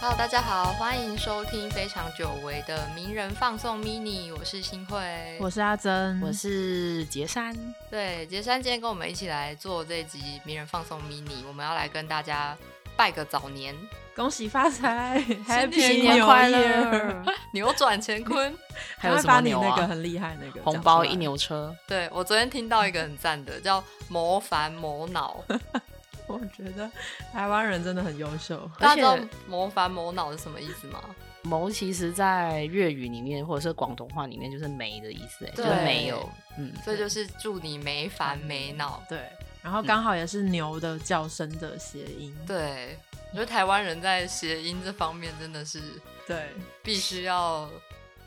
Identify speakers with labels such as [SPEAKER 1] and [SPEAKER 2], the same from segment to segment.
[SPEAKER 1] Hello，大家好，欢迎收听非常久违的名人放送 mini，我是新慧。
[SPEAKER 2] 我是阿珍，
[SPEAKER 1] 嗯
[SPEAKER 3] 我是杰山，
[SPEAKER 1] 对，杰山今天跟我们一起来做这集名人放送 mini，我们要来跟大家拜个早年，
[SPEAKER 2] 恭喜发财，Happy
[SPEAKER 3] 新
[SPEAKER 2] 年
[SPEAKER 3] 牛
[SPEAKER 2] 快
[SPEAKER 3] 耶
[SPEAKER 2] 乐！！
[SPEAKER 1] 扭转乾坤。
[SPEAKER 3] 还有
[SPEAKER 2] 赶快
[SPEAKER 3] 什
[SPEAKER 2] 把
[SPEAKER 3] 么
[SPEAKER 2] 你
[SPEAKER 3] 牛
[SPEAKER 2] 那个
[SPEAKER 3] 啊？
[SPEAKER 2] 很厉害那个
[SPEAKER 3] 红包一，牛车，
[SPEAKER 1] 对我昨天听到一个很赞的，叫谋烦谋恼。
[SPEAKER 2] 讲出来我觉得台湾人真的很优秀。
[SPEAKER 1] 大家
[SPEAKER 3] 而
[SPEAKER 1] 知
[SPEAKER 3] 且
[SPEAKER 1] 道谋烦谋恼是什么意思吗？
[SPEAKER 3] 谋其实在粤语里面或者是广东话里面就是没的意思、欸，就
[SPEAKER 1] 对
[SPEAKER 3] 是没有，嗯，
[SPEAKER 1] 所以就是祝你没烦没恼。
[SPEAKER 2] 对，然后刚好也是牛的叫声的谐音。
[SPEAKER 1] 嗯对，我觉得台湾人在谐音这方面真的是
[SPEAKER 2] 对，
[SPEAKER 1] 必须要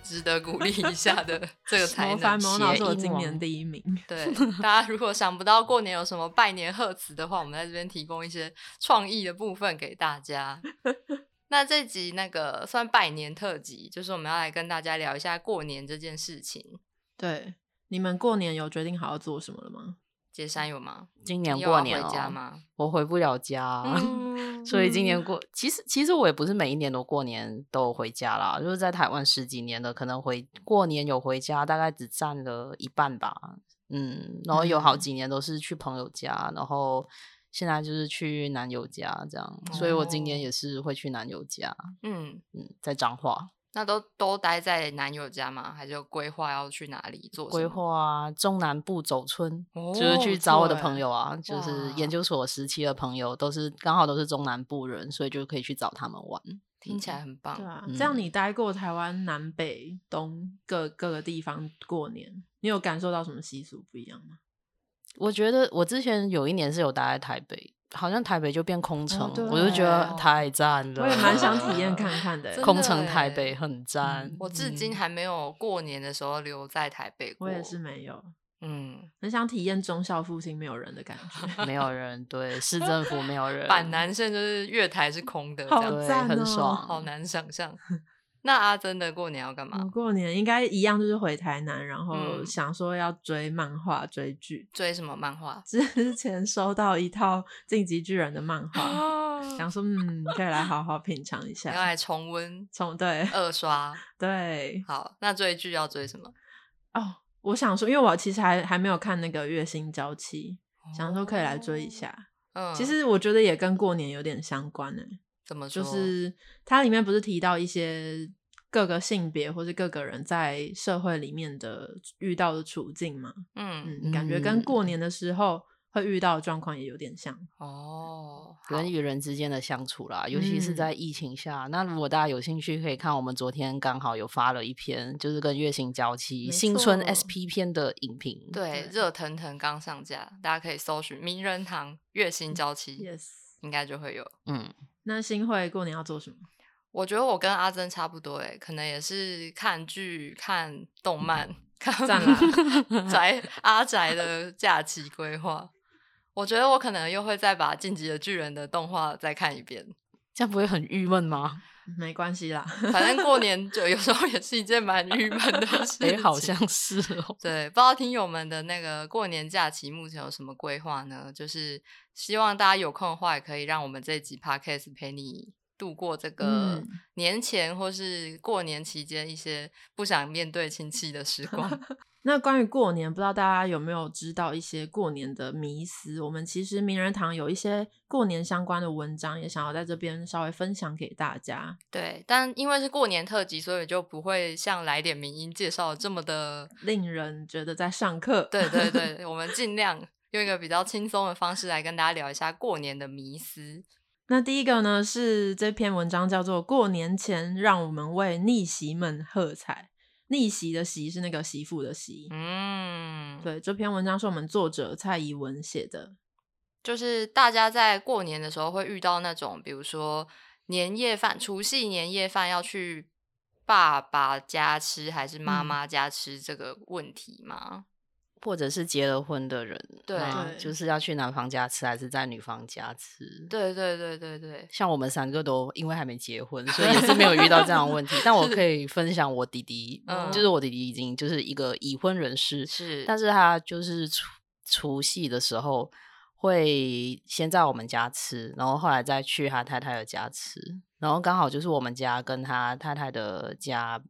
[SPEAKER 1] 值得鼓励一下 的这个才
[SPEAKER 2] 谋烦
[SPEAKER 1] 能。
[SPEAKER 2] 谋恼
[SPEAKER 3] 谐
[SPEAKER 2] 是我
[SPEAKER 3] 音
[SPEAKER 2] 今
[SPEAKER 3] 王
[SPEAKER 2] 年第一名。
[SPEAKER 1] 对，大家如果想不到过年有什么拜年贺词的话，我们在这边提供一些创意的部分给大 家。那这集那个算拜年特辑，就是我们要来跟大家聊一下过年这件事情。
[SPEAKER 2] 对，你们过年有决定好要做什么了吗？
[SPEAKER 1] 杰山有吗？
[SPEAKER 3] 今
[SPEAKER 1] 你
[SPEAKER 3] 年
[SPEAKER 1] 有
[SPEAKER 3] 过
[SPEAKER 1] 要
[SPEAKER 3] 年、哦、啊
[SPEAKER 1] 回家？吗？
[SPEAKER 3] 我回不了家，
[SPEAKER 1] 嗯
[SPEAKER 3] 所以今年过，其实其实我也不是每一年都过年都有回家啦，就是在台湾十几年了，可能回过年有回家，大概只占了一半吧。嗯，然后有好
[SPEAKER 2] 嗯
[SPEAKER 3] 几年都是去朋友家，然后现在就是去男友家这样，所以我今年
[SPEAKER 1] 哦
[SPEAKER 3] 也是会去男友家，
[SPEAKER 1] 嗯，
[SPEAKER 3] 嗯，在彰化
[SPEAKER 1] 那都都待在男友家吗？还是有规划要去哪里做什
[SPEAKER 3] 规
[SPEAKER 1] 么？
[SPEAKER 3] 划啊，中南部走村，
[SPEAKER 1] 哦
[SPEAKER 3] 就是去
[SPEAKER 2] 不
[SPEAKER 3] 找我的
[SPEAKER 2] 错
[SPEAKER 3] 朋
[SPEAKER 2] 欸
[SPEAKER 3] 友啊，就是
[SPEAKER 1] 哇
[SPEAKER 3] 研究所时期的朋友，都是刚好都是中南部人，所以就可以去找他们玩。嗯
[SPEAKER 1] 听起来很棒。
[SPEAKER 2] 对啊，这样你待过台湾南北东各各个地方过年，你有感受到什么习俗不一样吗？
[SPEAKER 3] 我觉得我之前有一年是有待在台北，好像台北就变空城，我就觉得
[SPEAKER 1] 哦对哦
[SPEAKER 3] 太赞了，
[SPEAKER 2] 我也蛮想体 验看看的欸、
[SPEAKER 1] 真的
[SPEAKER 3] 空城台
[SPEAKER 1] 欸
[SPEAKER 3] 北很赞
[SPEAKER 2] 嗯。
[SPEAKER 1] 我至今还没有过年的时候留在台北过。
[SPEAKER 2] 我也是。没有，
[SPEAKER 1] 嗯，
[SPEAKER 2] 很想体验忠孝复兴没有人的感 觉。
[SPEAKER 3] 没有人对市政府没有人，
[SPEAKER 1] 板南线就是月台是空的，这
[SPEAKER 2] 好
[SPEAKER 1] 样
[SPEAKER 3] 对
[SPEAKER 2] 赞
[SPEAKER 3] 很
[SPEAKER 2] 哦
[SPEAKER 3] 爽，
[SPEAKER 1] 好难想象。那阿珍的过年要干嘛？
[SPEAKER 2] 我过年应该一样，就是回台南，然后
[SPEAKER 1] 啊嗯
[SPEAKER 2] 想说要追漫画、追剧。
[SPEAKER 1] 追什么漫画？
[SPEAKER 2] 之前收到一套《进击巨人》的漫画，想说嗯，可以来好好品尝 一
[SPEAKER 1] 要哦来
[SPEAKER 2] 下。
[SPEAKER 1] 重温
[SPEAKER 2] 从对
[SPEAKER 1] 二刷。
[SPEAKER 2] 对
[SPEAKER 1] 好，那追剧要追什么？
[SPEAKER 2] 哦，我想说，因为我其实还还没有看那个《月薪娇妻》，想说可以来追一
[SPEAKER 1] 哦。
[SPEAKER 2] 下。
[SPEAKER 1] 嗯，
[SPEAKER 2] 其实我觉得也跟过年有点相关欸呢、
[SPEAKER 1] 怎么
[SPEAKER 2] 就
[SPEAKER 1] 说
[SPEAKER 2] 是它里面不是提到一些各个性别或是各个人在社会里面的遇到的处境嘛？
[SPEAKER 1] 嗯嗯
[SPEAKER 2] 嗯，感觉跟
[SPEAKER 3] 嗯
[SPEAKER 2] 过年的时候会遇到的状况也有点像。
[SPEAKER 1] 哦，好
[SPEAKER 3] 人与人之间的相处啦，尤其是
[SPEAKER 2] 嗯
[SPEAKER 3] 在疫情下。那如果大家有兴趣，可以看我们昨天刚好有发了一篇，就是跟月薪娇妻
[SPEAKER 2] 没
[SPEAKER 3] 新春
[SPEAKER 2] 错
[SPEAKER 3] SP 篇的影评。
[SPEAKER 1] 对
[SPEAKER 2] 对
[SPEAKER 1] 热腾腾刚上架，大家可以搜寻名人堂月薪娇妻，
[SPEAKER 2] 嗯 Yes，
[SPEAKER 1] 应该就会有。
[SPEAKER 3] 嗯，
[SPEAKER 2] 那新会过年要做什么？
[SPEAKER 1] 我觉得我跟阿珍差不多诶，可能也是看剧、看动漫、看
[SPEAKER 2] 赞啦
[SPEAKER 1] 宅阿宅的假期规划。我觉得我可能又会再把《进击的巨人》的动画再看一遍。
[SPEAKER 3] 这样不会很郁闷吗？
[SPEAKER 2] 没关系啦，
[SPEAKER 1] 反正过年就有 时候也是一件蛮郁闷的事情。
[SPEAKER 3] 哎、好像是哦。
[SPEAKER 1] 对，不知道听友们的那个过年假期目前有什么规划呢？就是希望大家有空的话，也可以让我们这一集 podcast 陪你度过 这个
[SPEAKER 2] 嗯
[SPEAKER 1] 年前或是过年期间一些不想面对亲戚的时光。
[SPEAKER 2] 那关于过年，不知道大家有没有知道一些过年的迷思？我们其实名人堂有一些过年相关的文章，也想要在这边稍微分享给大家。
[SPEAKER 1] 对，但因为是过年特辑，所以就不会像来点名音介绍这么的。
[SPEAKER 2] 令人觉得在上课，
[SPEAKER 1] 对 对对，我们尽量用一个比较轻松的方式来跟大家聊一下过年的迷思。
[SPEAKER 2] 那第一个呢是这篇文章叫做《过年前让我们为逆袭们喝彩》，逆袭的袭是那个媳妇的媳。
[SPEAKER 1] 嗯，
[SPEAKER 2] 对，这篇文章是我们作者蔡怡文写的。
[SPEAKER 1] 就是大家在过年的时候会遇到那种，比如说年夜饭，除夕年夜饭要去爸爸家吃还是妈
[SPEAKER 2] 嗯
[SPEAKER 1] 妈家吃这个问题吗？
[SPEAKER 3] 或者是结了婚的人，
[SPEAKER 1] 对
[SPEAKER 3] 那
[SPEAKER 2] 对
[SPEAKER 3] 就是要去男方家吃还是在女方家吃？，
[SPEAKER 1] 对对对对对，
[SPEAKER 3] 像我们三个都因为还没结婚，所以也是没有遇到这样的 问题。但我可以分享我弟弟，
[SPEAKER 1] 嗯
[SPEAKER 3] 就是我弟弟已经就是一个已婚人士，
[SPEAKER 1] 是，
[SPEAKER 3] 但是他就是除除夕的时候，会先在我们家吃，然后后来再去他太太的家吃，然后刚好就是我们家跟他太太的家，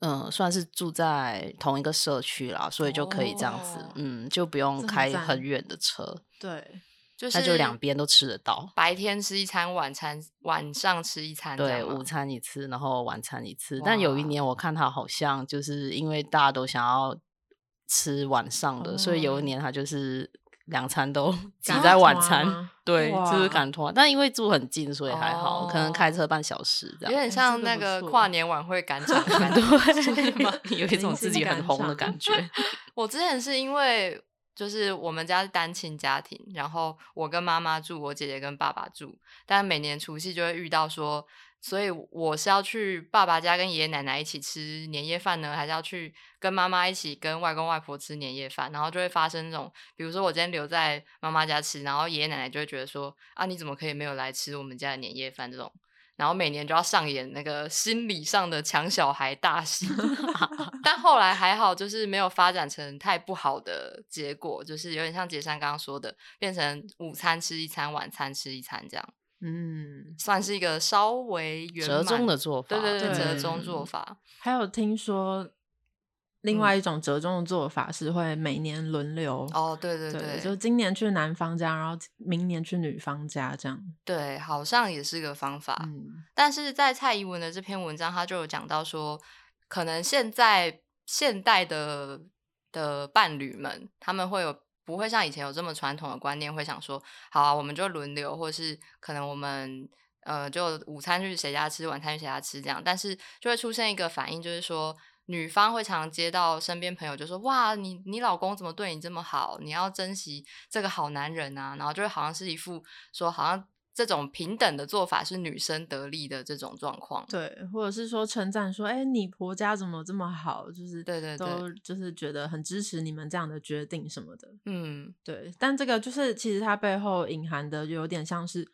[SPEAKER 3] 嗯，算是住在同一个社区啦，所以就可以这样子，
[SPEAKER 1] 哦
[SPEAKER 3] 嗯，就不用
[SPEAKER 2] 这很
[SPEAKER 3] 开
[SPEAKER 2] 赞
[SPEAKER 3] 很远的车，
[SPEAKER 2] 对，
[SPEAKER 1] 就
[SPEAKER 3] 那
[SPEAKER 1] 是
[SPEAKER 3] 就两边都吃得到。
[SPEAKER 1] 白天吃一餐，晚餐晚上吃一餐这样
[SPEAKER 3] 对，
[SPEAKER 1] 吗，
[SPEAKER 3] 午餐一次，然后晚餐一次。但有一
[SPEAKER 1] 哇
[SPEAKER 3] 年我看他好像就是因为大家都想要吃晚上的，所以有
[SPEAKER 2] 哦
[SPEAKER 3] 一年他就是两餐都 挤
[SPEAKER 2] 赶
[SPEAKER 3] 在晚
[SPEAKER 2] 团
[SPEAKER 3] 餐
[SPEAKER 2] 吗。
[SPEAKER 3] 对，就是
[SPEAKER 2] 哇
[SPEAKER 3] 赶拖，但因为住很近，所以还好，可能开
[SPEAKER 1] 哦
[SPEAKER 3] 车半小时嗯这
[SPEAKER 1] 有
[SPEAKER 3] 样。
[SPEAKER 1] 点
[SPEAKER 2] 这
[SPEAKER 1] 像
[SPEAKER 2] 个
[SPEAKER 1] 那
[SPEAKER 2] 不
[SPEAKER 1] 个
[SPEAKER 2] 错
[SPEAKER 1] 跨年晚会 赶场的感觉， 是吗
[SPEAKER 3] 对，有一
[SPEAKER 2] 临
[SPEAKER 3] 种
[SPEAKER 2] 时
[SPEAKER 3] 自己
[SPEAKER 2] 赶
[SPEAKER 3] 很红的
[SPEAKER 2] 场
[SPEAKER 3] 感觉。
[SPEAKER 1] 我之前是因为就是我们家是单亲家庭，然后我跟妈妈住，我姐姐跟爸爸住，但每年除夕就会遇到说，所以我是要去爸爸家跟爷爷奶奶一起吃年夜饭呢，还是要去跟妈妈一起跟外公外婆吃年夜饭？然后就会发生那种，比如说我今天留在妈妈家吃，然后爷爷奶奶就会觉得说啊，你怎么可以没有来吃我们家的年夜饭这种。然后每年就要上演那个心理上的抢小孩大戏， 但后来还好，就是没有发展成太不好的结果，就是有点像杰山刚刚说的，变成午餐吃一餐，晚餐吃一餐这样，
[SPEAKER 2] 嗯，
[SPEAKER 1] 算是一个稍微圆
[SPEAKER 3] 折中
[SPEAKER 1] 满
[SPEAKER 3] 的做法，
[SPEAKER 1] 对对对，
[SPEAKER 2] 对
[SPEAKER 1] 折中做
[SPEAKER 3] 嗯。
[SPEAKER 1] 法，
[SPEAKER 2] 还有听说
[SPEAKER 1] 嗯
[SPEAKER 2] 另外一种折中的做法是会每年轮流。
[SPEAKER 1] 哦，对对
[SPEAKER 2] 对
[SPEAKER 1] 对，
[SPEAKER 2] 就今年去男方家，然后明年去女方家，这样。
[SPEAKER 1] 对，好像也是个方法。
[SPEAKER 2] 嗯，
[SPEAKER 1] 但是在蔡宜文的这篇文章，他就有讲到说，可能现在现代的的伴侣们，他们会有不会像以前有这么传统的观念，会想说，好啊，我们就轮流，或是可能我们呃，就午餐去谁家吃，晚餐去谁家吃这样，但是就会出现一个反应，就是说。女方会常接到身边朋友就说：“哇，你你老公怎么对你这么好？你要珍惜这个好男人啊！”然后就会好像是一副说，好像这种平等的做法是女生得利的这种状况。
[SPEAKER 2] 对，或者是说称赞说，哎、你婆家怎么这么好？就是
[SPEAKER 1] 对对对
[SPEAKER 2] 都就是觉得很支持你们这样的决定什么的。
[SPEAKER 1] 嗯，
[SPEAKER 2] 对，但这个就是其实它背后隐含的有点像是，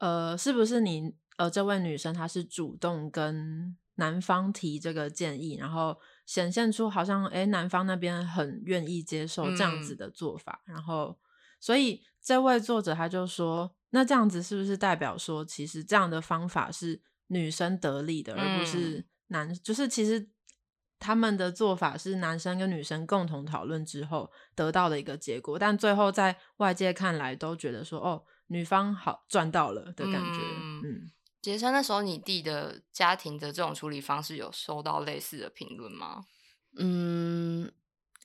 [SPEAKER 2] 呃，是不是你呃这位女生她是主动跟男方提这个建议，然后显现出好像诶男方那边很愿意接受这样子
[SPEAKER 1] 嗯
[SPEAKER 2] 的做法，然后所以这位作者他就说，那这样子是不是代表说，其实这样的方法是女生得利的，
[SPEAKER 1] 嗯
[SPEAKER 2] 而不是男，就是其实。他们的做法是男生跟女生共同讨论之后得到的一个结果，但最后在外界看来都觉得说，哦，女方好赚到了的感觉。
[SPEAKER 1] 嗯
[SPEAKER 2] 嗯，
[SPEAKER 1] 杰森，那时候你弟的家庭的这种处理方式有收到类似的评论吗？
[SPEAKER 3] 嗯，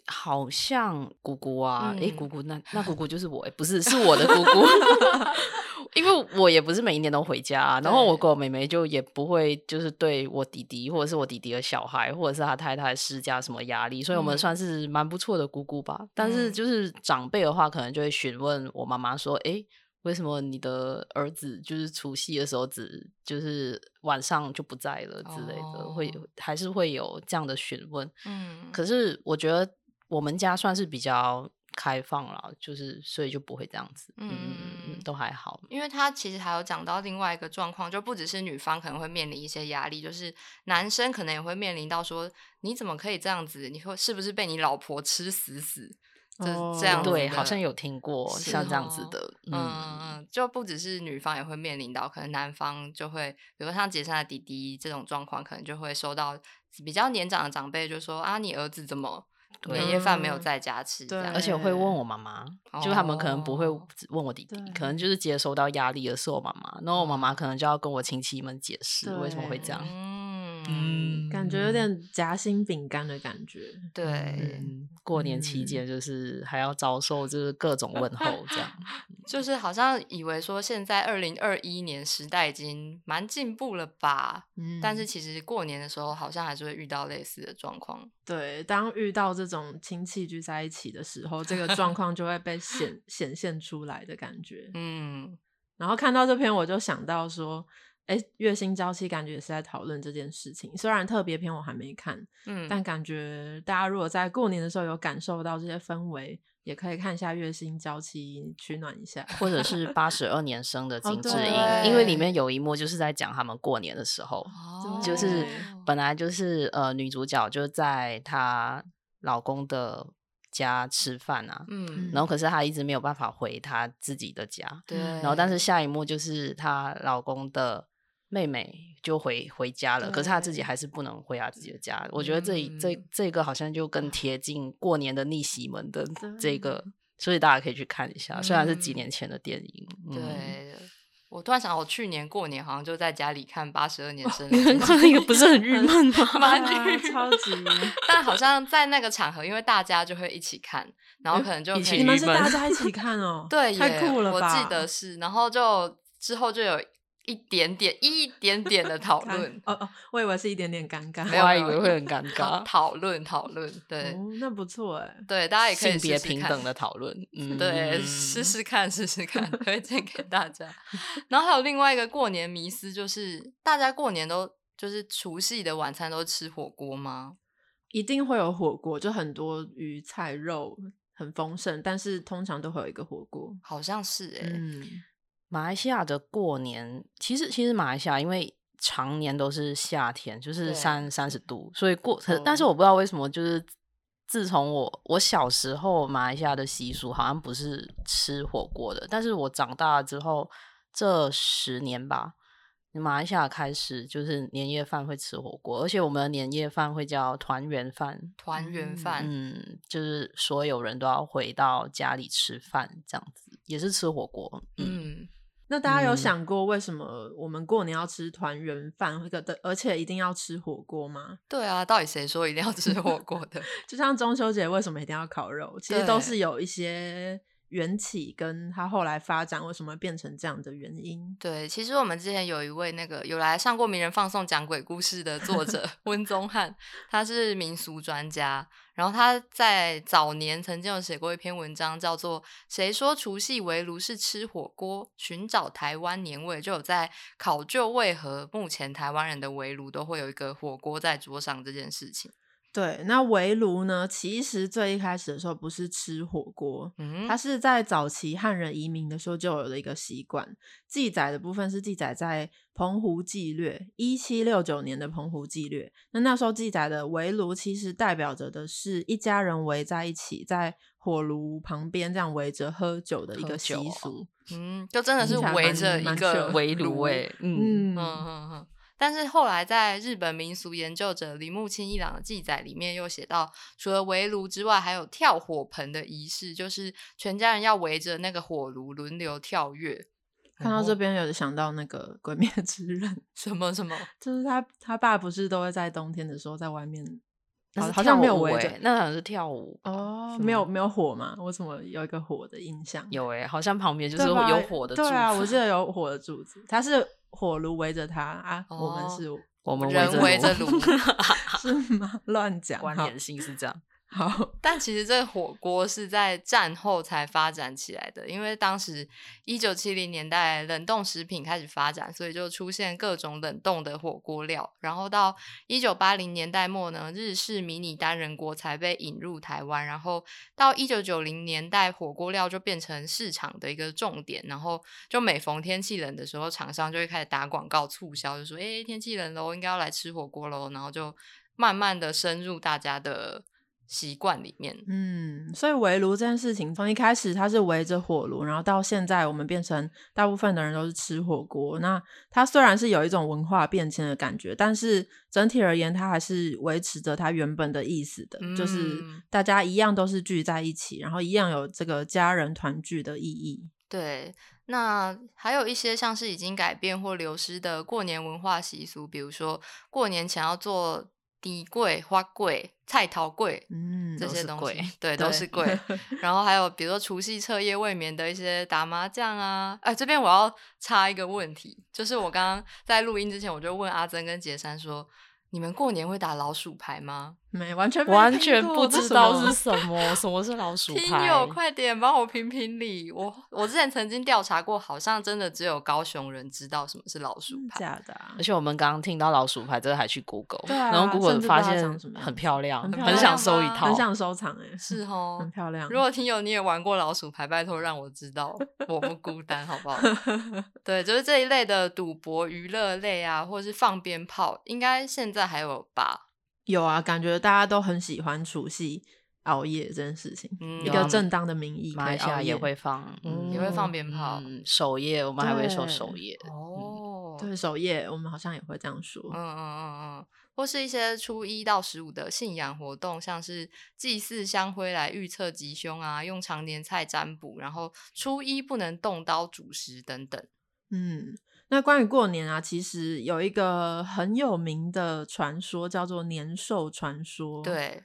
[SPEAKER 3] 好像姑姑啊，诶、
[SPEAKER 1] 嗯
[SPEAKER 3] 姑姑那那姑姑就是我、诶 不是是我的姑 姑，因为我也不是每一年都回家、啊，然后我
[SPEAKER 1] 对
[SPEAKER 3] 跟我妹妹就也不会就是对我弟弟或者是我弟弟的小孩或者是他太太施加什么压力，所以我们
[SPEAKER 1] 嗯
[SPEAKER 3] 算是蛮不错的姑姑吧。但是
[SPEAKER 1] 嗯
[SPEAKER 3] 就是长辈的话，可能就会询问我妈妈说，诶、为什么你的儿子就是除夕的时候只就是晚上就不在了之类的，会
[SPEAKER 1] 哦
[SPEAKER 3] 还是会有这样的询问。
[SPEAKER 1] 嗯，
[SPEAKER 3] 可是我觉得我们家算是比较开放啦，就是所以就不会这样子，嗯嗯嗯
[SPEAKER 1] 嗯
[SPEAKER 3] 嗯，都还好。
[SPEAKER 1] 因为他其实还有讲到另外一个状况，就不只是女方可能会面临一些压力，就是男生可能也会面临到说，你怎么可以这样子？你会是不是被你老婆吃死死？这、这样
[SPEAKER 2] 哦
[SPEAKER 1] 子
[SPEAKER 3] 对，好
[SPEAKER 1] 的
[SPEAKER 3] 像有听过
[SPEAKER 1] 嗯是
[SPEAKER 3] 像这样
[SPEAKER 1] 哦
[SPEAKER 3] 子的，嗯，
[SPEAKER 1] 嗯，就不只是女方也会面临到，可能男方就会，比如像杰森的弟弟这种状况，可能就会收到比较年长的长辈就说啊，你儿子怎么
[SPEAKER 3] 对
[SPEAKER 1] 年夜饭没有
[SPEAKER 2] 嗯
[SPEAKER 1] 在家吃？这样
[SPEAKER 3] 而且会问
[SPEAKER 2] 对
[SPEAKER 3] 我妈妈，就他们可能不会
[SPEAKER 1] 哦
[SPEAKER 3] 只问我弟弟，可
[SPEAKER 2] 对
[SPEAKER 3] 能就是接收到压力的是我妈妈，然后我妈妈可能就要跟我亲戚们解释为什么会这样，
[SPEAKER 1] 嗯，
[SPEAKER 2] 感觉有点夹心饼干的感觉。
[SPEAKER 1] 对，
[SPEAKER 3] 嗯，过年期间就是还要遭受就是各种问候这样，
[SPEAKER 1] 就是好像以为说现在二零二一年时代已经蛮进步了吧，
[SPEAKER 2] 嗯
[SPEAKER 1] 但是其实过年的时候好像还是会遇到类似的状况。
[SPEAKER 2] 对，当遇到这种亲戚聚在一起的时候，这个 状况就会被显显现出来的感觉。
[SPEAKER 1] 嗯，
[SPEAKER 2] 然后看到这篇，我就想到说，哎，月薪娇妻感觉也是在讨论这件事情。虽然特别篇我还没看，
[SPEAKER 1] 嗯，
[SPEAKER 2] 但感觉大家如果在过年的时候有感受到这些氛围，也可以看一下月薪娇妻取暖一下。
[SPEAKER 3] 或者是八十二年生的
[SPEAKER 2] 哦
[SPEAKER 3] 金智
[SPEAKER 2] 对
[SPEAKER 3] 英，因为里
[SPEAKER 1] 对
[SPEAKER 3] 面有一幕就是在讲他们过年的时候，
[SPEAKER 1] 哦
[SPEAKER 3] 就是本来就是呃女主角就在她老公的家吃饭啊，
[SPEAKER 1] 嗯，
[SPEAKER 3] 然后可是她一直没有办法回她自己的家，
[SPEAKER 1] 对。
[SPEAKER 3] 然后但是下一幕就是她老公的妹妹就回回家了，可是她自己还是不能回她自己的家。我觉得这一、这
[SPEAKER 1] 嗯
[SPEAKER 3] 这个好像就更贴近过年的逆袭门的这
[SPEAKER 2] 对
[SPEAKER 3] 个，所以大家可以去看一下，虽然是几
[SPEAKER 1] 嗯
[SPEAKER 3] 年前的电影，嗯、
[SPEAKER 1] 对，我突然想，我去年过年好像就在家里看《八十二年生 日
[SPEAKER 3] 那个不是很郁闷吗？
[SPEAKER 1] 蛮
[SPEAKER 2] 啊
[SPEAKER 1] 剧
[SPEAKER 2] 超级。
[SPEAKER 1] 但好像在那个场合，因为大家就会一起看，然后
[SPEAKER 3] 哎
[SPEAKER 1] 可能就可
[SPEAKER 3] 一起
[SPEAKER 1] 以，
[SPEAKER 2] 你们是
[SPEAKER 3] 郁闷
[SPEAKER 2] 大家一起看 哦
[SPEAKER 1] 对耶，
[SPEAKER 2] 太酷了吧！
[SPEAKER 1] 我记得是，然后就之后就有一点点、一点点的讨
[SPEAKER 2] 尴，
[SPEAKER 1] 论
[SPEAKER 2] 哦哦，我以为是一点点尴尬，
[SPEAKER 1] 没
[SPEAKER 3] 我
[SPEAKER 1] 有
[SPEAKER 3] 还
[SPEAKER 1] 没
[SPEAKER 3] 以
[SPEAKER 1] 有
[SPEAKER 3] 为会很尴
[SPEAKER 1] 讨
[SPEAKER 3] 尬。
[SPEAKER 1] 讨论讨论，对、
[SPEAKER 2] 哦，那不错哎，
[SPEAKER 1] 对，大家也可以
[SPEAKER 3] 性别
[SPEAKER 1] 试试
[SPEAKER 3] 平
[SPEAKER 1] 看
[SPEAKER 3] 等的讨 论，嗯，
[SPEAKER 1] 对，试试看，试试看，推荐给大家。然后还有另外一个过年迷思，就是大家过年都就是除夕的晚餐都吃火锅吗？
[SPEAKER 2] 一定会有火锅，就很多鱼菜肉很丰盛，但是通常都会有一个火锅。
[SPEAKER 1] 好像是哎、
[SPEAKER 2] 嗯，
[SPEAKER 3] 马来西亚的过年，其实其实马来西亚因为常年都是夏天，就是
[SPEAKER 1] 对
[SPEAKER 3] 三三十度，所以过。可但是
[SPEAKER 1] 哦
[SPEAKER 3] 我不知道为什么，就是自从我我小时候，马来西亚的习俗好像不是吃火锅的，但是我长大之后这十年吧。马来西亚开始就是年夜饭会吃火锅，而且我们的年夜饭会叫团圆饭，
[SPEAKER 1] 团圆饭，
[SPEAKER 3] 嗯，就是所有人都要回到家里吃饭，这样子也是吃火锅。嗯，
[SPEAKER 1] 嗯，
[SPEAKER 2] 那大家有
[SPEAKER 3] 嗯
[SPEAKER 2] 想过为什么我们过年要吃团圆饭，会个的，而且一定要吃火锅吗？
[SPEAKER 1] 对啊，到底谁说一定要吃火锅的？
[SPEAKER 2] 就像中秋节为什么一定要烤肉，其实都
[SPEAKER 1] 对
[SPEAKER 2] 是有一些缘起，跟它后来发展为什么变成这样的原因。
[SPEAKER 1] 对，其实我们之前有一位那个有来上过《名人放送》讲鬼故事的作 者温宗翰，他是民俗专家。然后他在早年曾经有写过一篇文章，叫做《谁说除夕围炉是吃火锅？寻找台湾年味》，就有在考究为何目前台湾人的围炉都会有一个火锅在桌上这件事情。
[SPEAKER 2] 对，那围炉呢？其实最一开始的时候不是吃火锅，
[SPEAKER 1] 嗯
[SPEAKER 2] 它，是在早期汉人移民的时候就有的一个习惯。记载的部分是记载在《澎湖纪略》一七六九年的《澎湖纪略》。那那时候记载的围炉，其实代表着的是一家人围在一起，在火炉旁边这样围着喝酒的一
[SPEAKER 3] 喝
[SPEAKER 2] 个习
[SPEAKER 3] 酒哦
[SPEAKER 2] 俗。
[SPEAKER 1] 嗯，就真的
[SPEAKER 2] 听
[SPEAKER 1] 是
[SPEAKER 2] 起来
[SPEAKER 1] 围
[SPEAKER 2] 蛮
[SPEAKER 1] 着一
[SPEAKER 2] 蛮
[SPEAKER 1] 个
[SPEAKER 2] chill
[SPEAKER 3] 围炉诶，嗯，
[SPEAKER 1] 嗯
[SPEAKER 2] 嗯，
[SPEAKER 1] 嗯嗯。但是后来，在日本民俗研究者铃木清一郎的记载里面，又写到，除了围炉之外，还有跳火盆的仪式，就是全家人要围着那个火炉轮流跳跃。
[SPEAKER 2] 看到这
[SPEAKER 1] 哦
[SPEAKER 2] 边有想到那个《鬼灭之刃》，
[SPEAKER 1] 什么什么，
[SPEAKER 2] 就是他他爸不是都会在冬天的时候在外面，
[SPEAKER 3] 那
[SPEAKER 2] 好
[SPEAKER 3] 是
[SPEAKER 2] 好像没
[SPEAKER 3] 跳
[SPEAKER 2] 有
[SPEAKER 3] 舞
[SPEAKER 2] 围
[SPEAKER 3] 诶
[SPEAKER 2] 着。
[SPEAKER 3] 那好像是跳舞吧
[SPEAKER 2] 哦，
[SPEAKER 3] 是
[SPEAKER 2] 没有
[SPEAKER 3] 吗
[SPEAKER 2] 没有火嘛？我怎么有一个火的印象？
[SPEAKER 3] 有诶，好像旁边就是
[SPEAKER 2] 对吧
[SPEAKER 3] 有火的
[SPEAKER 2] 对啊，
[SPEAKER 3] 柱子
[SPEAKER 2] 我记得有火的柱子，它是火炉围着它啊，我们
[SPEAKER 1] 哦
[SPEAKER 2] 是
[SPEAKER 3] 我们
[SPEAKER 1] 人围着炉。
[SPEAKER 2] 是吗？乱讲，
[SPEAKER 3] 关
[SPEAKER 2] 好
[SPEAKER 3] 联性是这样，
[SPEAKER 2] 好，
[SPEAKER 1] 但其实这个火锅是在战后才发展起来的，因为当时一九七零年代冷冻食品开始发展，所以就出现各种冷冻的火锅料。然后到一九八零年代末呢，日式迷你单人锅才被引入台湾。然后到一九九零年代，火锅料就变成市场的一个重点。然后就每逢天气冷的时候，厂商就会开始打广告促销，就说：“诶、天气冷喽，应该要来吃火锅喽。”然后就慢慢的深入大家的习惯里面。
[SPEAKER 2] 嗯，所以围炉这件事情，从一开始它是围着火炉，然后到现在我们变成大部分的人都是吃火锅。那它虽然是有一种文化变迁的感觉，但是整体而言，它还是维持着它原本的意思的，就是
[SPEAKER 1] 嗯
[SPEAKER 2] 大家一样都是聚在一起，然后一样有这个家人团聚的意义。
[SPEAKER 1] 对，那还有一些像是已经改变或流失的过年文化习俗，比如说过年前要做底柜、花柜、菜桃柜。
[SPEAKER 2] 嗯，
[SPEAKER 1] 这
[SPEAKER 3] 都
[SPEAKER 1] 些
[SPEAKER 3] 是
[SPEAKER 1] 东西
[SPEAKER 3] 柜，
[SPEAKER 1] 对，都
[SPEAKER 3] 对
[SPEAKER 1] 是 贵。然后还有比如说除夕彻夜未眠的一些打麻将啊，哎，这边我要插一个问题，就是我刚刚在录音之前，我就问阿珍跟杰山说，你们过年会打老鼠牌吗？
[SPEAKER 2] 没完 全没
[SPEAKER 3] 完
[SPEAKER 2] 听
[SPEAKER 3] 全
[SPEAKER 2] 过
[SPEAKER 3] 不
[SPEAKER 2] 这
[SPEAKER 3] 知
[SPEAKER 2] 什
[SPEAKER 3] 道
[SPEAKER 2] 么
[SPEAKER 3] 是什么，什么是老鼠
[SPEAKER 1] 听
[SPEAKER 3] 牌
[SPEAKER 1] 友，快点帮我评评理！我我之前曾经调查过，好像真的只有高雄人知道什么是老鼠
[SPEAKER 2] 真的
[SPEAKER 1] 牌。
[SPEAKER 2] 假的、啊
[SPEAKER 3] 而。且我们刚刚听到老鼠牌，这个还去 Google，
[SPEAKER 2] 对啊
[SPEAKER 3] 然后 Google
[SPEAKER 2] 甚至不知道
[SPEAKER 3] 发
[SPEAKER 2] 它
[SPEAKER 3] 现
[SPEAKER 2] 长什么样
[SPEAKER 3] 很
[SPEAKER 2] 子
[SPEAKER 3] 漂亮，
[SPEAKER 2] 很漂啊
[SPEAKER 3] 很
[SPEAKER 1] 亮
[SPEAKER 3] 想收一
[SPEAKER 1] 吗
[SPEAKER 3] 套，
[SPEAKER 2] 很想收藏哎、
[SPEAKER 1] 是
[SPEAKER 2] 很
[SPEAKER 1] 哦，
[SPEAKER 2] 漂亮。
[SPEAKER 1] 如果听友你也玩过老鼠牌，拜托让我知道，我不孤单，好不 好？对，就是这一类的赌博娱乐类啊，或者是放鞭炮，应该现在还有吧？
[SPEAKER 2] 有啊，感觉大家都很喜欢除夕熬夜这件事情，
[SPEAKER 1] 嗯
[SPEAKER 2] 一
[SPEAKER 3] 有
[SPEAKER 2] 个
[SPEAKER 3] 啊
[SPEAKER 2] 正当的名义可以熬夜。
[SPEAKER 3] 马来西亚也会放，
[SPEAKER 2] 嗯
[SPEAKER 1] 也会放鞭炮
[SPEAKER 3] 嗯，首页我们还会说
[SPEAKER 2] 对
[SPEAKER 3] 首页，嗯
[SPEAKER 2] 嗯
[SPEAKER 1] 哦，
[SPEAKER 2] 对首页，我们好像也会这样说。
[SPEAKER 1] 嗯嗯嗯嗯，或是一些初一到十五的信仰活动，像是祭祀香灰来预测吉凶啊，用常年菜占卜，然后初一不能动刀主食等等。
[SPEAKER 2] 嗯，那关于过年啊，其实有一个很有名的传说叫做年兽传说。。
[SPEAKER 1] 对，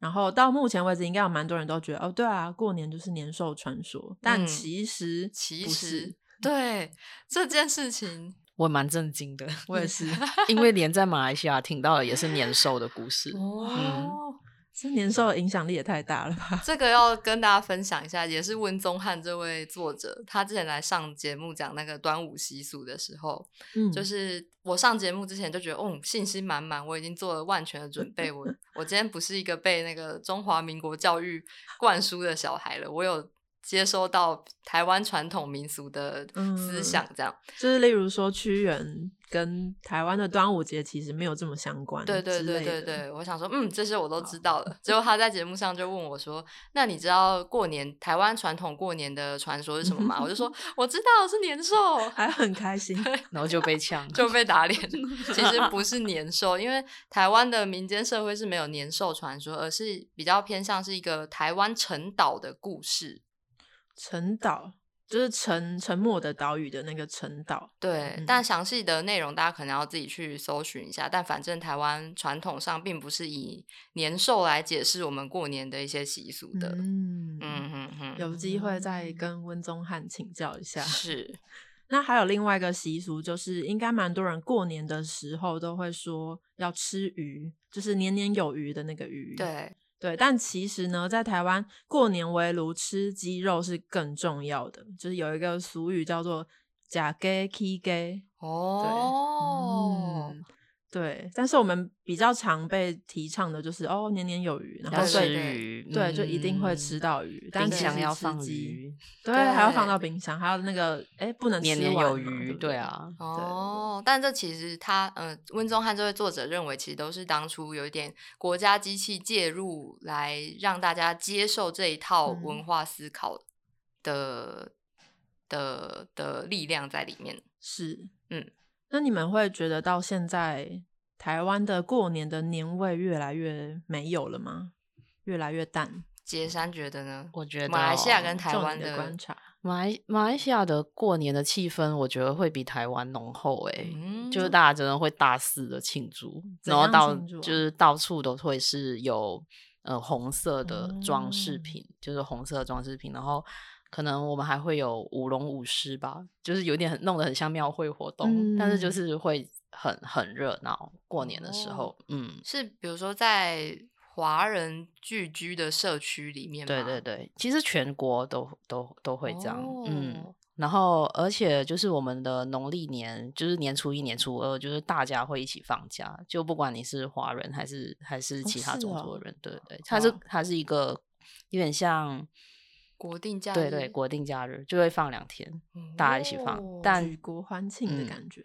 [SPEAKER 2] 然后到目前为止，应该有蛮多人都觉得哦，对啊，过年就是年兽传说，但
[SPEAKER 1] 嗯
[SPEAKER 2] 其实、
[SPEAKER 1] 其
[SPEAKER 2] 不是
[SPEAKER 1] 实对这件事 情，
[SPEAKER 3] 我蛮震惊的，
[SPEAKER 1] 嗯
[SPEAKER 2] 我 也是，
[SPEAKER 3] 因为连在马来西亚听到的也是年兽的故事。
[SPEAKER 1] 哦，
[SPEAKER 2] 这年兽的影响力也太大了 吧？
[SPEAKER 1] 这个要跟大家分享一下，也是温宗汉这位作者，他之前来上节目讲那个端午习俗的时候，
[SPEAKER 2] 嗯，
[SPEAKER 1] 就是我上节目之前就觉得，哦，信心满满，我已经做了万全的准备。 我我今天不是一个被那个中华民国教育灌输的小孩了，我有接收到台湾传统民俗的思
[SPEAKER 2] 嗯
[SPEAKER 1] 想，这样。
[SPEAKER 2] 就是例如说屈原跟台湾的端午节其实没有这么相关，
[SPEAKER 1] 对对对对，对，我想说，嗯，这些我都知道了。结果他在节目上就问我说：“那你知道过年台湾传统过年的传说是什么吗？”我就 说：“我知道是年兽。”
[SPEAKER 2] 还很开心。
[SPEAKER 3] 然后就被 呛，
[SPEAKER 1] 就被打脸。其实不是年兽，因为台湾的民间社会是没有年兽传说，而是比较偏向是一个台湾陈岛的故事。
[SPEAKER 2] 沉岛就是沉沉默的岛屿的那个沉岛，
[SPEAKER 1] 对，
[SPEAKER 2] 嗯
[SPEAKER 1] 但详细的内容大家可能要自己去搜寻一下。但反正台湾传统上并不是以年兽来解释我们过年的一些习俗的。嗯
[SPEAKER 2] 嗯
[SPEAKER 1] 嗯嗯，
[SPEAKER 2] 有机会再跟温宗汉请教一下。
[SPEAKER 1] 是，
[SPEAKER 2] 那还有另外一个习俗，就是应该蛮多人过年的时候都会说要吃鱼，就是年年有余的那个鱼。
[SPEAKER 1] 对，
[SPEAKER 2] 对，但其实呢，在台湾过年围炉吃鸡肉是更重要的，就是有一个俗语叫做“假鸡 k 鸡”。
[SPEAKER 1] 哦，
[SPEAKER 2] 嗯，对，但是我们比较常被提倡的就是哦，年年有余，然
[SPEAKER 3] 要
[SPEAKER 2] 后所
[SPEAKER 3] 吃
[SPEAKER 2] 以
[SPEAKER 1] 对
[SPEAKER 3] 鱼，
[SPEAKER 2] 对，就一定会
[SPEAKER 3] 嗯
[SPEAKER 2] 吃到鱼，但
[SPEAKER 3] 冰
[SPEAKER 2] 其
[SPEAKER 3] 箱
[SPEAKER 2] 实
[SPEAKER 3] 要
[SPEAKER 2] 吃
[SPEAKER 3] 放
[SPEAKER 2] 鸡
[SPEAKER 3] 鱼，
[SPEAKER 2] 对，还要放
[SPEAKER 1] 对
[SPEAKER 2] 到冰箱，还有那个哎，不能吃
[SPEAKER 3] 年年
[SPEAKER 2] 完
[SPEAKER 3] 有
[SPEAKER 2] 嘛
[SPEAKER 3] 余，
[SPEAKER 2] 不
[SPEAKER 3] 对啊，
[SPEAKER 1] 哦，但这其实他，呃，温宗汉这位作者认为，其实都是当初有一点国家机器介入，来让大家接受这一套
[SPEAKER 2] 嗯
[SPEAKER 1] 文化思考的、的的力量在里面。
[SPEAKER 2] 是，
[SPEAKER 1] 嗯，
[SPEAKER 2] 那你们会觉得到现在台湾的过年的年味越来越没有了吗？越来越淡？
[SPEAKER 1] 杰山觉得呢？
[SPEAKER 3] 我觉得
[SPEAKER 1] 马来西亚
[SPEAKER 3] 哦
[SPEAKER 1] 跟台
[SPEAKER 2] 就你
[SPEAKER 1] 湾
[SPEAKER 2] 的观察，
[SPEAKER 3] 马来马来西亚的过年的气氛，我觉得会比台湾浓厚欸诶、
[SPEAKER 1] 嗯，
[SPEAKER 3] 就是大家真的会大肆的庆祝，
[SPEAKER 2] 怎
[SPEAKER 3] 然后
[SPEAKER 2] 样
[SPEAKER 3] 到、
[SPEAKER 2] 庆祝啊
[SPEAKER 3] 就是到处都会是有呃红色的装饰
[SPEAKER 2] 哦
[SPEAKER 3] 品，就是红色的装饰品，然后可能我们还会有舞龙舞狮吧，就是有点很弄得很像庙会活动，但是就
[SPEAKER 2] 嗯
[SPEAKER 3] 是会很很热闹。过年的时
[SPEAKER 1] 哦
[SPEAKER 3] 候，嗯，
[SPEAKER 1] 是比如说在华人聚居的社区里面吗，
[SPEAKER 3] 对对对，其实全国都都都会这样，嗯
[SPEAKER 1] 哦。
[SPEAKER 3] 然后，而且就是我们的农历年，就是年初一、年初二，就是大家会一起放假，就不管你是华人还是还是其他
[SPEAKER 2] 是
[SPEAKER 3] 种
[SPEAKER 2] 哦
[SPEAKER 3] 族的人，对对，它是
[SPEAKER 2] 哇
[SPEAKER 3] 它是一个有点像
[SPEAKER 1] 国定假
[SPEAKER 3] 对对
[SPEAKER 1] 日
[SPEAKER 3] 国定假日，就会放两天，大家一起放
[SPEAKER 1] 哦
[SPEAKER 3] 但
[SPEAKER 2] 举国欢庆的
[SPEAKER 3] 嗯
[SPEAKER 2] 感觉。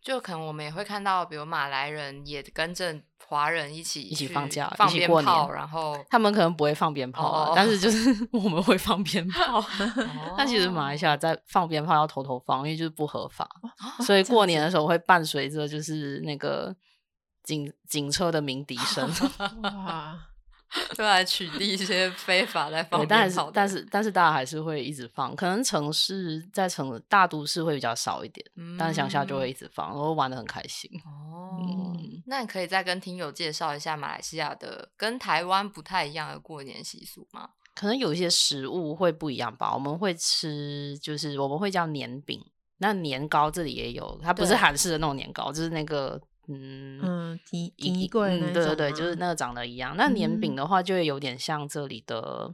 [SPEAKER 1] 就可能我们也会看到，比如马来人也跟着华人一起一
[SPEAKER 3] 一起放假，
[SPEAKER 1] 放
[SPEAKER 3] 一起
[SPEAKER 1] 鞭
[SPEAKER 3] 过
[SPEAKER 1] 炮，
[SPEAKER 3] 年
[SPEAKER 1] 然 后
[SPEAKER 3] 他们可能不会放鞭炮啊，
[SPEAKER 1] 哦
[SPEAKER 3] 但是就是 我们会放鞭炮。 但其实马来西
[SPEAKER 2] 哦
[SPEAKER 1] 亚
[SPEAKER 3] 亚在放鞭炮要偷偷放，因为就是不合法，
[SPEAKER 2] 啊
[SPEAKER 3] 所以
[SPEAKER 2] 这样子
[SPEAKER 3] 过年的时候会伴随着就是那个警警车的鸣笛声。
[SPEAKER 2] 哇，
[SPEAKER 1] 对来取缔一些非法在放
[SPEAKER 3] 对，但
[SPEAKER 1] 鞭
[SPEAKER 3] 是
[SPEAKER 1] 炮的
[SPEAKER 3] 但
[SPEAKER 1] 人
[SPEAKER 3] 是但是大家还是会一直放，可能城市在城大都市会比较少一点，但是乡下就会一直放，然后玩的很开心。
[SPEAKER 1] 嗯哦。
[SPEAKER 3] 嗯，
[SPEAKER 1] 那你可以再跟听友介绍一下马来西亚的跟台湾不太一样的过年习俗吗？
[SPEAKER 3] 可能有一些食物会不一样吧，我们会吃就是我们会叫年饼，那年糕这里也有，它不是
[SPEAKER 1] 对
[SPEAKER 3] 韩式的那种年糕，就是那个嗯
[SPEAKER 2] 嗯，提
[SPEAKER 3] 一
[SPEAKER 2] 提
[SPEAKER 3] 一
[SPEAKER 2] 柜那
[SPEAKER 3] 嗯，
[SPEAKER 2] 一
[SPEAKER 3] 对对
[SPEAKER 2] 种
[SPEAKER 3] 对，就是
[SPEAKER 2] 吗
[SPEAKER 3] 那个长得一样。那年饼
[SPEAKER 2] 嗯
[SPEAKER 3] 的话，就会有点像这里的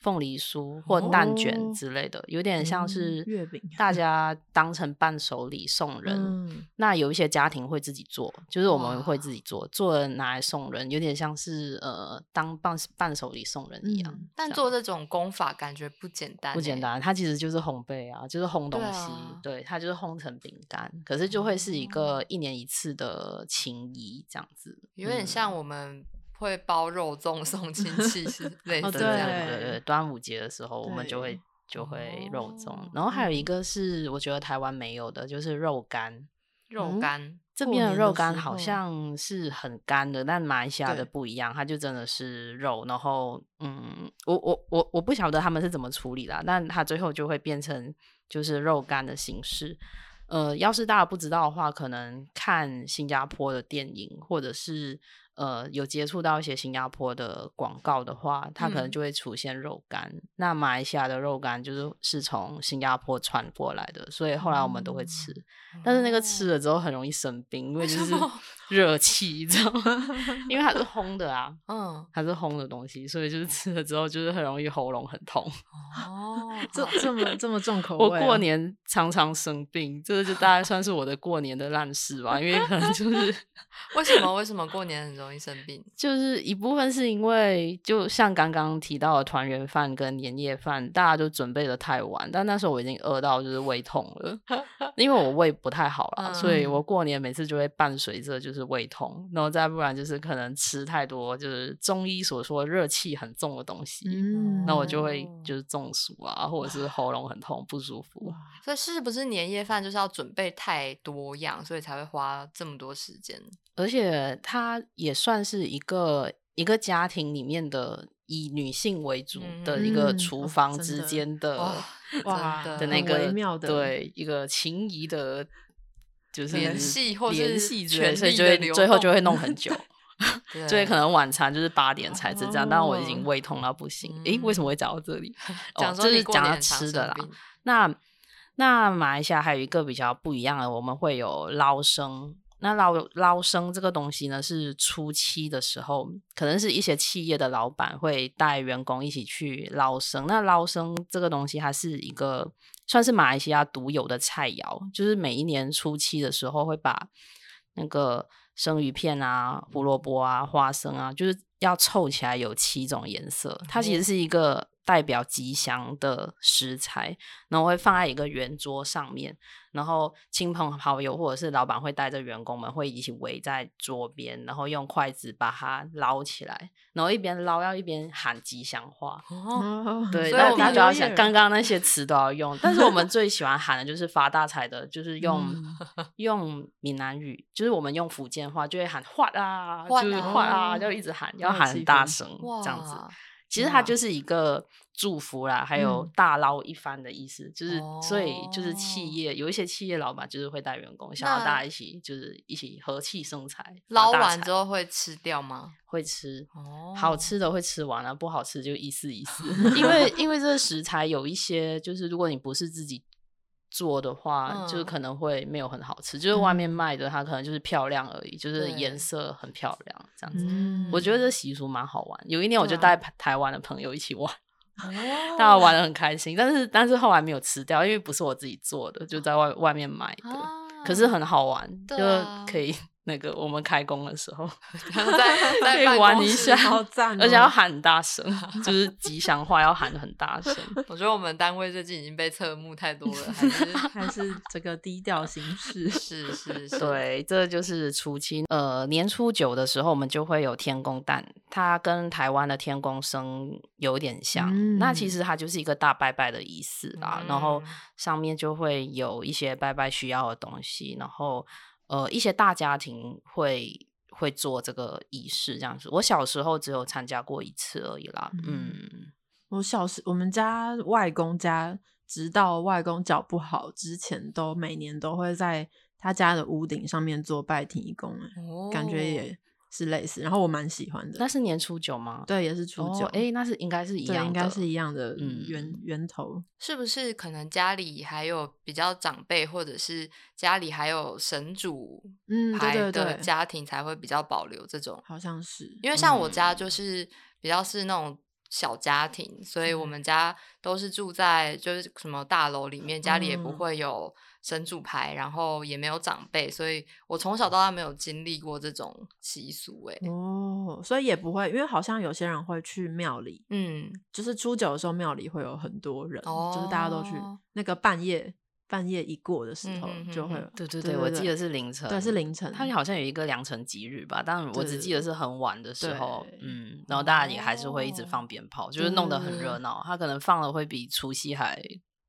[SPEAKER 3] 凤梨酥或蛋
[SPEAKER 2] 哦
[SPEAKER 3] 卷之类的，有点像
[SPEAKER 2] 嗯
[SPEAKER 3] 是
[SPEAKER 2] 月饼
[SPEAKER 3] 大家当成伴手礼送人。
[SPEAKER 2] 嗯
[SPEAKER 3] 那有一些家庭会自己做，就是我们会
[SPEAKER 1] 哇
[SPEAKER 3] 自己做，做了拿来送人，有点像是呃当伴伴手礼送人一样。
[SPEAKER 2] 嗯
[SPEAKER 1] 但
[SPEAKER 3] 这
[SPEAKER 1] 做
[SPEAKER 3] 样
[SPEAKER 1] 这种功法感觉不简单、
[SPEAKER 3] 啊
[SPEAKER 1] 欸
[SPEAKER 3] 不
[SPEAKER 2] 哎
[SPEAKER 3] 简。单，它其实就是烘焙啊，就是烘东
[SPEAKER 1] 对
[SPEAKER 3] 西，
[SPEAKER 1] 啊
[SPEAKER 3] 对，它就是烘成饼干，可
[SPEAKER 2] 哦
[SPEAKER 3] 是就会是一个一年一次的情谊这样子，
[SPEAKER 1] 有点
[SPEAKER 3] 嗯
[SPEAKER 1] 像我们会包肉粽送亲 戚，是类
[SPEAKER 2] 哦
[SPEAKER 1] 似
[SPEAKER 3] 对
[SPEAKER 1] 这
[SPEAKER 3] 对
[SPEAKER 1] 样。
[SPEAKER 3] 对对对，端午节的时候我们就会
[SPEAKER 2] 对
[SPEAKER 3] 就会肉粽
[SPEAKER 2] 哦，
[SPEAKER 3] 然后还有一个是我觉得台湾没有的，就是肉干。嗯
[SPEAKER 1] 肉干，
[SPEAKER 3] 这
[SPEAKER 2] 过
[SPEAKER 3] 边的
[SPEAKER 2] 年
[SPEAKER 3] 肉
[SPEAKER 2] 的
[SPEAKER 3] 干
[SPEAKER 2] 时
[SPEAKER 3] 好
[SPEAKER 2] 候
[SPEAKER 3] 像是很干的，但马来西亚
[SPEAKER 2] 对
[SPEAKER 3] 的不一样，它就真的是肉。然后，嗯，我我我我不晓得他们是怎么处理啦，但它最后就会变成就是肉干的形式。呃，要是大家不知道的话，可能看新加坡的电影，或者是呃有接触到一些新加坡的广告的话，它可能
[SPEAKER 1] 嗯
[SPEAKER 3] 就会出现肉干。那马来西亚的肉干就是是从新加坡传过来的，所以后来我们都
[SPEAKER 2] 哦
[SPEAKER 3] 会吃。但是那个吃
[SPEAKER 1] 哦
[SPEAKER 3] 了之后很容易生病，因为
[SPEAKER 1] 为
[SPEAKER 3] 就
[SPEAKER 1] 什
[SPEAKER 3] 是
[SPEAKER 1] 么
[SPEAKER 3] 热气，你知道吗？ 因为它是烘的啊，
[SPEAKER 1] 嗯，
[SPEAKER 3] 它是烘的东西，所以就是吃了之后就是很容易喉咙很痛。
[SPEAKER 1] 哦，
[SPEAKER 2] 这
[SPEAKER 1] 好
[SPEAKER 2] 这么这么重口
[SPEAKER 3] 我
[SPEAKER 2] 味啊、
[SPEAKER 3] 过年常常生病，这就大概算是我的过年的烂事吧，因为可能就是
[SPEAKER 1] 为什么为什么过年很容易生病？
[SPEAKER 3] 就是一部分是因为就像刚刚提到的团圆饭跟年夜饭，大家就准备的太晚，但那时候我已经饿到就是胃痛 了，因为我胃不太好啦，所以
[SPEAKER 2] 嗯
[SPEAKER 3] 我过年每次就会伴随着就是胃痛，然后再不然就是可能吃太多就是中医所说热气很重的东西，
[SPEAKER 2] 嗯，
[SPEAKER 3] 那我就会
[SPEAKER 1] 哦
[SPEAKER 3] 就是中暑啊，或者是喉咙很痛不舒服。
[SPEAKER 1] 所以是不是年夜饭就是要准备太多样，所以才会花这么多时间？
[SPEAKER 3] 而且它也算是一个一个家庭里面的以女性为主的一个
[SPEAKER 2] 嗯
[SPEAKER 3] 厨
[SPEAKER 2] 哦
[SPEAKER 3] 房
[SPEAKER 2] 真
[SPEAKER 3] 之
[SPEAKER 2] 的
[SPEAKER 3] 间的、
[SPEAKER 1] 哇
[SPEAKER 2] 哇
[SPEAKER 1] 真
[SPEAKER 3] 的
[SPEAKER 2] 很
[SPEAKER 3] 那
[SPEAKER 2] 微
[SPEAKER 3] 个
[SPEAKER 2] 妙的
[SPEAKER 3] 对一个情谊的，就是
[SPEAKER 1] 联系或
[SPEAKER 3] 联
[SPEAKER 1] 是
[SPEAKER 3] 系之类，
[SPEAKER 1] 权
[SPEAKER 3] 所以
[SPEAKER 1] 力
[SPEAKER 3] 就
[SPEAKER 1] 的
[SPEAKER 3] 会
[SPEAKER 1] 流
[SPEAKER 3] 最后就
[SPEAKER 1] 动
[SPEAKER 3] 会弄 很久，
[SPEAKER 1] 对，
[SPEAKER 3] 所以可能晚餐就是八点才是这样，但我已经
[SPEAKER 2] 哦
[SPEAKER 3] 胃痛到不行。诶，为什么
[SPEAKER 1] 嗯
[SPEAKER 3] 会讲到这里？
[SPEAKER 1] 讲
[SPEAKER 3] 哦，
[SPEAKER 1] 说
[SPEAKER 3] 就
[SPEAKER 1] 你
[SPEAKER 3] 是
[SPEAKER 1] 过
[SPEAKER 3] 讲
[SPEAKER 1] 年
[SPEAKER 3] 到
[SPEAKER 1] 很常
[SPEAKER 3] 吃的
[SPEAKER 1] 生
[SPEAKER 3] 啦。
[SPEAKER 1] 病
[SPEAKER 3] 那那马来西亚还有一个比较不一样的，我们会有捞生。那捞捞生这个东西呢，是初期的时候，可能是一些企业的老板会带员工一起去捞生。那捞生这个东西，它是一个算是马来西亚独有的菜肴，就是每一年初期的时候会把那个生鱼片啊、胡萝卜啊、花生啊，就是要凑起来有七种颜色。它其实是一个代表吉祥的食材，然后会放在一个圆桌上面，然后亲朋好友或者是老板会带着员工们会一起围在桌边，然后用筷子把它捞起来，然后一边捞要一边喊吉祥话。
[SPEAKER 1] 哦，
[SPEAKER 2] 哦，
[SPEAKER 3] 对，
[SPEAKER 1] 所以
[SPEAKER 3] 那
[SPEAKER 1] 我
[SPEAKER 3] 大
[SPEAKER 1] 们
[SPEAKER 3] 家要
[SPEAKER 2] 有
[SPEAKER 3] 想
[SPEAKER 2] 点
[SPEAKER 3] 刚刚那些词都要用，但是我们最喜欢喊的就是发大财的，就是用、用闽南语，就是我们用福建话就会喊“哗啦”，
[SPEAKER 1] 哗
[SPEAKER 3] 就是
[SPEAKER 1] 啦
[SPEAKER 3] 哗啦，就一直喊，要
[SPEAKER 2] 很有
[SPEAKER 3] 喊
[SPEAKER 2] 气
[SPEAKER 3] 很大
[SPEAKER 2] 氛
[SPEAKER 3] 声
[SPEAKER 1] 哇，
[SPEAKER 3] 嗯这样子。其实它
[SPEAKER 1] 嗯
[SPEAKER 3] 就是一个祝福啦，还有
[SPEAKER 2] 嗯
[SPEAKER 3] 大捞一番的意思，就是所以就是
[SPEAKER 1] 哦
[SPEAKER 3] 企业有一些企业老板就是会带员工，想
[SPEAKER 1] 那
[SPEAKER 3] 要大家一起就是一起和气生财，
[SPEAKER 1] 捞完之
[SPEAKER 3] 后
[SPEAKER 1] 后会吃掉吗？
[SPEAKER 3] 会吃。
[SPEAKER 1] 哦，
[SPEAKER 3] 好吃的会吃完了、不好吃就意思 意思。因为因为这个食材有一些，就是如果你不是自己做的话，就是
[SPEAKER 1] 嗯
[SPEAKER 3] 可能会没有很好吃。就是外面
[SPEAKER 2] 嗯
[SPEAKER 3] 卖的，它可能就是漂亮而已，就是
[SPEAKER 1] 对
[SPEAKER 3] 颜色很漂亮这样子。
[SPEAKER 2] 嗯，
[SPEAKER 3] 我觉得这习俗蛮好玩。有一年我就
[SPEAKER 2] 对啊
[SPEAKER 3] 带台湾的朋友一起玩，
[SPEAKER 1] 哦，
[SPEAKER 3] 大家玩的很开心。但是但是后来没有吃掉，因为不是我自己做的，就在外外面买的。
[SPEAKER 1] 啊
[SPEAKER 3] 可是很好玩，
[SPEAKER 1] 对
[SPEAKER 3] 就
[SPEAKER 1] 啊
[SPEAKER 3] 可以那个我们开工的 时候
[SPEAKER 1] 在
[SPEAKER 3] 可
[SPEAKER 1] 在
[SPEAKER 3] 以
[SPEAKER 1] 办
[SPEAKER 3] 玩
[SPEAKER 1] 公
[SPEAKER 3] 一
[SPEAKER 1] 室
[SPEAKER 3] 下，
[SPEAKER 2] 好赞哦
[SPEAKER 3] 而且要喊很 大声，就是吉祥话要喊很大声。
[SPEAKER 1] 我觉得我们单位最近已经被侧目太多了，还是。
[SPEAKER 2] 还是这个低调行事
[SPEAKER 1] 是是是，
[SPEAKER 3] 对，这就是初期。呃，年初九的时候，我们就会有天公诞，它跟台湾的天公生有点像。那其
[SPEAKER 2] 嗯
[SPEAKER 3] 实它就是一个大拜拜的仪式啦，然后
[SPEAKER 1] 嗯
[SPEAKER 3] 上面就会有一些拜拜需要的东西，然后呃，一些大家庭会。会做这个仪式这样子，我小时候只有参加过一次而已啦。嗯，
[SPEAKER 2] 我小时我们家外公家，直到外公脚不好之前，都每年都会在他家的屋顶上面做拜提公，哎、
[SPEAKER 1] 哦
[SPEAKER 2] 感觉也是类似。然后我蛮喜欢的，
[SPEAKER 3] 那是年初九吗？
[SPEAKER 2] 对，也是初九，
[SPEAKER 3] 哦，哎、那是应该是一
[SPEAKER 2] 对，
[SPEAKER 3] 样的，
[SPEAKER 2] 应该是一样的
[SPEAKER 3] 嗯
[SPEAKER 2] 源、源头。
[SPEAKER 1] 是不是可能家里还有比较长辈，或者是家里还有神主
[SPEAKER 2] 嗯，
[SPEAKER 1] 牌
[SPEAKER 2] 对对
[SPEAKER 1] 的
[SPEAKER 2] 对，
[SPEAKER 1] 家庭才会比较保留这种？
[SPEAKER 2] 好像是，
[SPEAKER 1] 因为像我家就是比较是那种小家庭，所以我们家都是住在就是什么大楼里面，家里也不
[SPEAKER 2] 嗯
[SPEAKER 1] 会有神主牌，然后也没有长辈，所以我从小到大没有经历过这种习俗、欸。
[SPEAKER 2] 哦，所以也不会，因为好像有些人会去庙里，
[SPEAKER 1] 嗯，
[SPEAKER 2] 就是初九的时候庙里会有很多人，就是大家都去
[SPEAKER 1] 哦
[SPEAKER 2] 那个半夜半夜一过的时候
[SPEAKER 1] 嗯哼
[SPEAKER 2] 就会
[SPEAKER 1] 哼哼。
[SPEAKER 3] 对对
[SPEAKER 2] 对
[SPEAKER 3] 对，
[SPEAKER 2] 对
[SPEAKER 3] 我
[SPEAKER 2] 对
[SPEAKER 3] 记得是凌晨，
[SPEAKER 2] 对，是凌晨。
[SPEAKER 3] 他好像有一个良辰吉日吧，但我只记得是很晚的时候
[SPEAKER 2] 对，
[SPEAKER 3] 嗯，然后大家也还是会一直放鞭炮，就是弄得很热闹。他可能放的会比除夕还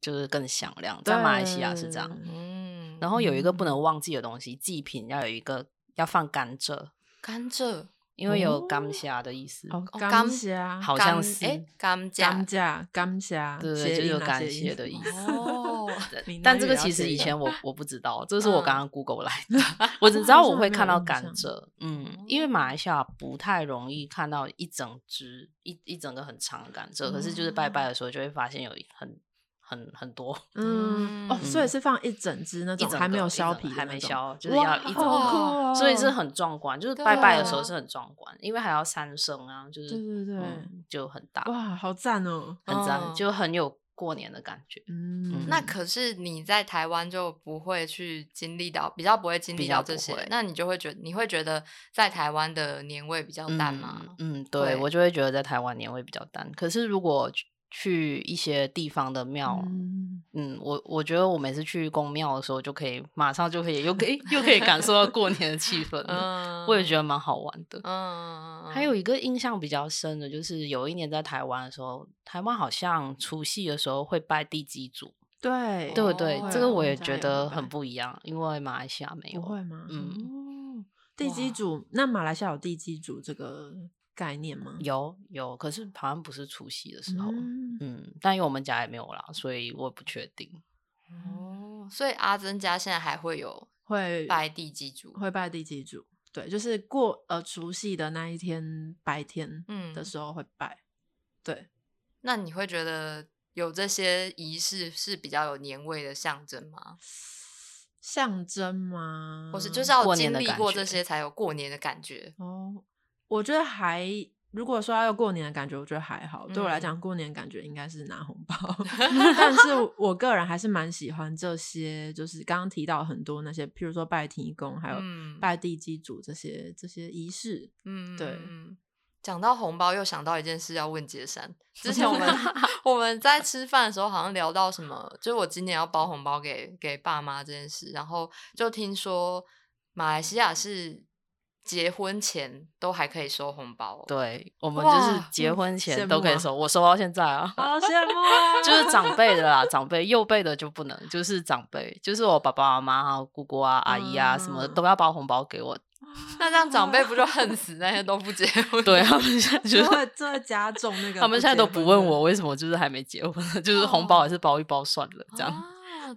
[SPEAKER 3] 就是更响亮，在马来西亚是这样
[SPEAKER 2] 对。
[SPEAKER 1] 嗯，
[SPEAKER 3] 然后有一个不能忘记的东西，祭品要有一个要放甘蔗，
[SPEAKER 1] 甘蔗，
[SPEAKER 3] 因为有
[SPEAKER 2] 哦
[SPEAKER 3] 甘虾的意思。
[SPEAKER 2] 哦，
[SPEAKER 1] 哦
[SPEAKER 2] 甘
[SPEAKER 1] 甘
[SPEAKER 2] 虾，
[SPEAKER 3] 好像
[SPEAKER 1] 甘
[SPEAKER 3] 是
[SPEAKER 1] 哎，甘
[SPEAKER 2] 甘
[SPEAKER 1] 蔗，
[SPEAKER 2] 蔗，甘虾，
[SPEAKER 3] 对对
[SPEAKER 2] 谐
[SPEAKER 3] 就是
[SPEAKER 2] 音
[SPEAKER 3] 有
[SPEAKER 2] 啊
[SPEAKER 3] 感
[SPEAKER 2] 谐音
[SPEAKER 3] 谢的意思
[SPEAKER 1] 哦，
[SPEAKER 2] 闽
[SPEAKER 3] 但
[SPEAKER 2] 南
[SPEAKER 3] 这
[SPEAKER 2] 语
[SPEAKER 3] 个
[SPEAKER 2] 也要
[SPEAKER 3] 其
[SPEAKER 2] 学
[SPEAKER 3] 实
[SPEAKER 2] 一
[SPEAKER 3] 以
[SPEAKER 2] 下
[SPEAKER 3] 前我我不知道，这是我刚
[SPEAKER 1] 嗯
[SPEAKER 3] 刚 Google 来 的。我只知道
[SPEAKER 2] 好
[SPEAKER 3] 我
[SPEAKER 2] 像没
[SPEAKER 3] 会看
[SPEAKER 2] 有
[SPEAKER 3] 到
[SPEAKER 2] 印
[SPEAKER 3] 甘
[SPEAKER 2] 象哦
[SPEAKER 3] 蔗，嗯，因为马来西亚不太容易看到一整只一一整个很长的甘蔗，可是就是
[SPEAKER 2] 哦
[SPEAKER 3] 拜拜的时候就会发现有一很很很多
[SPEAKER 2] 嗯，哦，所以
[SPEAKER 3] 嗯
[SPEAKER 2] 是放一整只那
[SPEAKER 3] 一
[SPEAKER 2] 种
[SPEAKER 3] 整
[SPEAKER 2] 还没
[SPEAKER 3] 个
[SPEAKER 2] 有
[SPEAKER 3] 一
[SPEAKER 2] 削
[SPEAKER 3] 整
[SPEAKER 2] 皮的那种，
[SPEAKER 3] 还没削，就是要一整
[SPEAKER 2] 哇好
[SPEAKER 1] 个
[SPEAKER 2] 酷
[SPEAKER 3] 个。
[SPEAKER 2] 哦，
[SPEAKER 3] 所以是很壮观，就是
[SPEAKER 1] 对
[SPEAKER 3] 拜拜的时候
[SPEAKER 1] 啊
[SPEAKER 3] 是很壮观，因为还要三牲啊，就是
[SPEAKER 2] 对对对
[SPEAKER 3] 嗯就很大，
[SPEAKER 2] 哇，好赞哦，
[SPEAKER 3] 很赞，
[SPEAKER 1] 嗯
[SPEAKER 3] 就很有过年的感觉。
[SPEAKER 2] 嗯，
[SPEAKER 1] 那可是你在台湾就不会去经历到，比较不会经
[SPEAKER 3] 比
[SPEAKER 1] 历
[SPEAKER 3] 较
[SPEAKER 1] 到这
[SPEAKER 3] 不
[SPEAKER 1] 些
[SPEAKER 3] 会，
[SPEAKER 1] 那你就会觉你会觉得在台湾的年味比较淡吗？
[SPEAKER 3] 嗯，嗯对
[SPEAKER 1] 会
[SPEAKER 3] 我就会觉得在台湾年味比较淡。可是如果去去一些地方的庙，嗯
[SPEAKER 2] 嗯
[SPEAKER 3] 我我觉得我每次去宫庙的时候，就可以马上就可以又可以又可以感受到过年的气氛了，
[SPEAKER 1] 嗯
[SPEAKER 3] 我也觉得蛮好玩的。
[SPEAKER 1] 嗯，嗯
[SPEAKER 3] 还有一个印象比较深的，就是有一年在台湾的时候，台湾好像除夕的时候会拜地基主，
[SPEAKER 2] 对
[SPEAKER 3] 对不对？
[SPEAKER 1] 哦
[SPEAKER 3] 这个我
[SPEAKER 1] 我
[SPEAKER 3] 也
[SPEAKER 1] 们家
[SPEAKER 3] 觉
[SPEAKER 2] 也会
[SPEAKER 3] 得
[SPEAKER 2] 拜
[SPEAKER 3] 很不一样，因为马来西亚没有。
[SPEAKER 2] 不会吗？嗯，地基
[SPEAKER 1] 哇
[SPEAKER 2] 主，那马来西亚有地基主这个概念吗？
[SPEAKER 3] 有有，可是好像不是除夕的时候。
[SPEAKER 2] 嗯，
[SPEAKER 3] 嗯，但因为我们家也没有啦，所以我也不确定。
[SPEAKER 1] 哦，所以阿珍家现在还会有
[SPEAKER 2] 会
[SPEAKER 1] 拜地基主，
[SPEAKER 2] 会拜地基主，对，就是过呃除夕的那一天白天
[SPEAKER 1] 嗯
[SPEAKER 2] 的时候会拜，对，
[SPEAKER 1] 那你会觉得有这些仪式是比较有年味的象征吗？
[SPEAKER 2] 象征吗？
[SPEAKER 1] 或是就是要
[SPEAKER 3] 嗯过年
[SPEAKER 1] 经
[SPEAKER 3] 的
[SPEAKER 1] 历
[SPEAKER 3] 感
[SPEAKER 1] 过
[SPEAKER 3] 觉
[SPEAKER 1] 这些才有过年的感觉？
[SPEAKER 2] 哦，我觉得还，如果说要有过年的感觉，我觉得还好。对我来
[SPEAKER 1] 嗯
[SPEAKER 2] 讲，过年的感觉应该是拿红包，但是我个人还是蛮喜欢这些，就是刚刚提到很多那些，譬如说拜天公，还有
[SPEAKER 1] 嗯
[SPEAKER 2] 拜地基主这些这些仪式。
[SPEAKER 1] 嗯，
[SPEAKER 2] 对
[SPEAKER 1] 嗯。嗯讲到红包，又想到一件事要问杰山。之前我 们我们在吃饭的时候，好像聊到什么，就是我今年要包红包给给爸妈这件事，然后就听说马来西亚是结婚前都还可以收红包哦、
[SPEAKER 3] 对我们就是
[SPEAKER 1] 哇
[SPEAKER 3] 结
[SPEAKER 2] 嗯
[SPEAKER 3] 婚前
[SPEAKER 2] 羡
[SPEAKER 3] 都可以
[SPEAKER 2] 慕啊
[SPEAKER 3] 收，我收到现在啊，
[SPEAKER 2] 好 羡慕啊！
[SPEAKER 3] 就是长辈的 啦，长辈右辈的就不能，就是长辈，就是我爸爸妈妈、啊、姑姑啊、阿姨啊什么的
[SPEAKER 2] 嗯
[SPEAKER 3] 都要包红包给我。
[SPEAKER 1] 那这样长辈不就恨死那些都不结婚？
[SPEAKER 3] 对啊他们 现在就
[SPEAKER 2] 就会
[SPEAKER 3] 是，
[SPEAKER 2] 这会加重那个。
[SPEAKER 3] 他们现在都不问我，为什么就是还没结婚，就是红包
[SPEAKER 2] 哦
[SPEAKER 3] 还是包一包算了这样。
[SPEAKER 1] 啊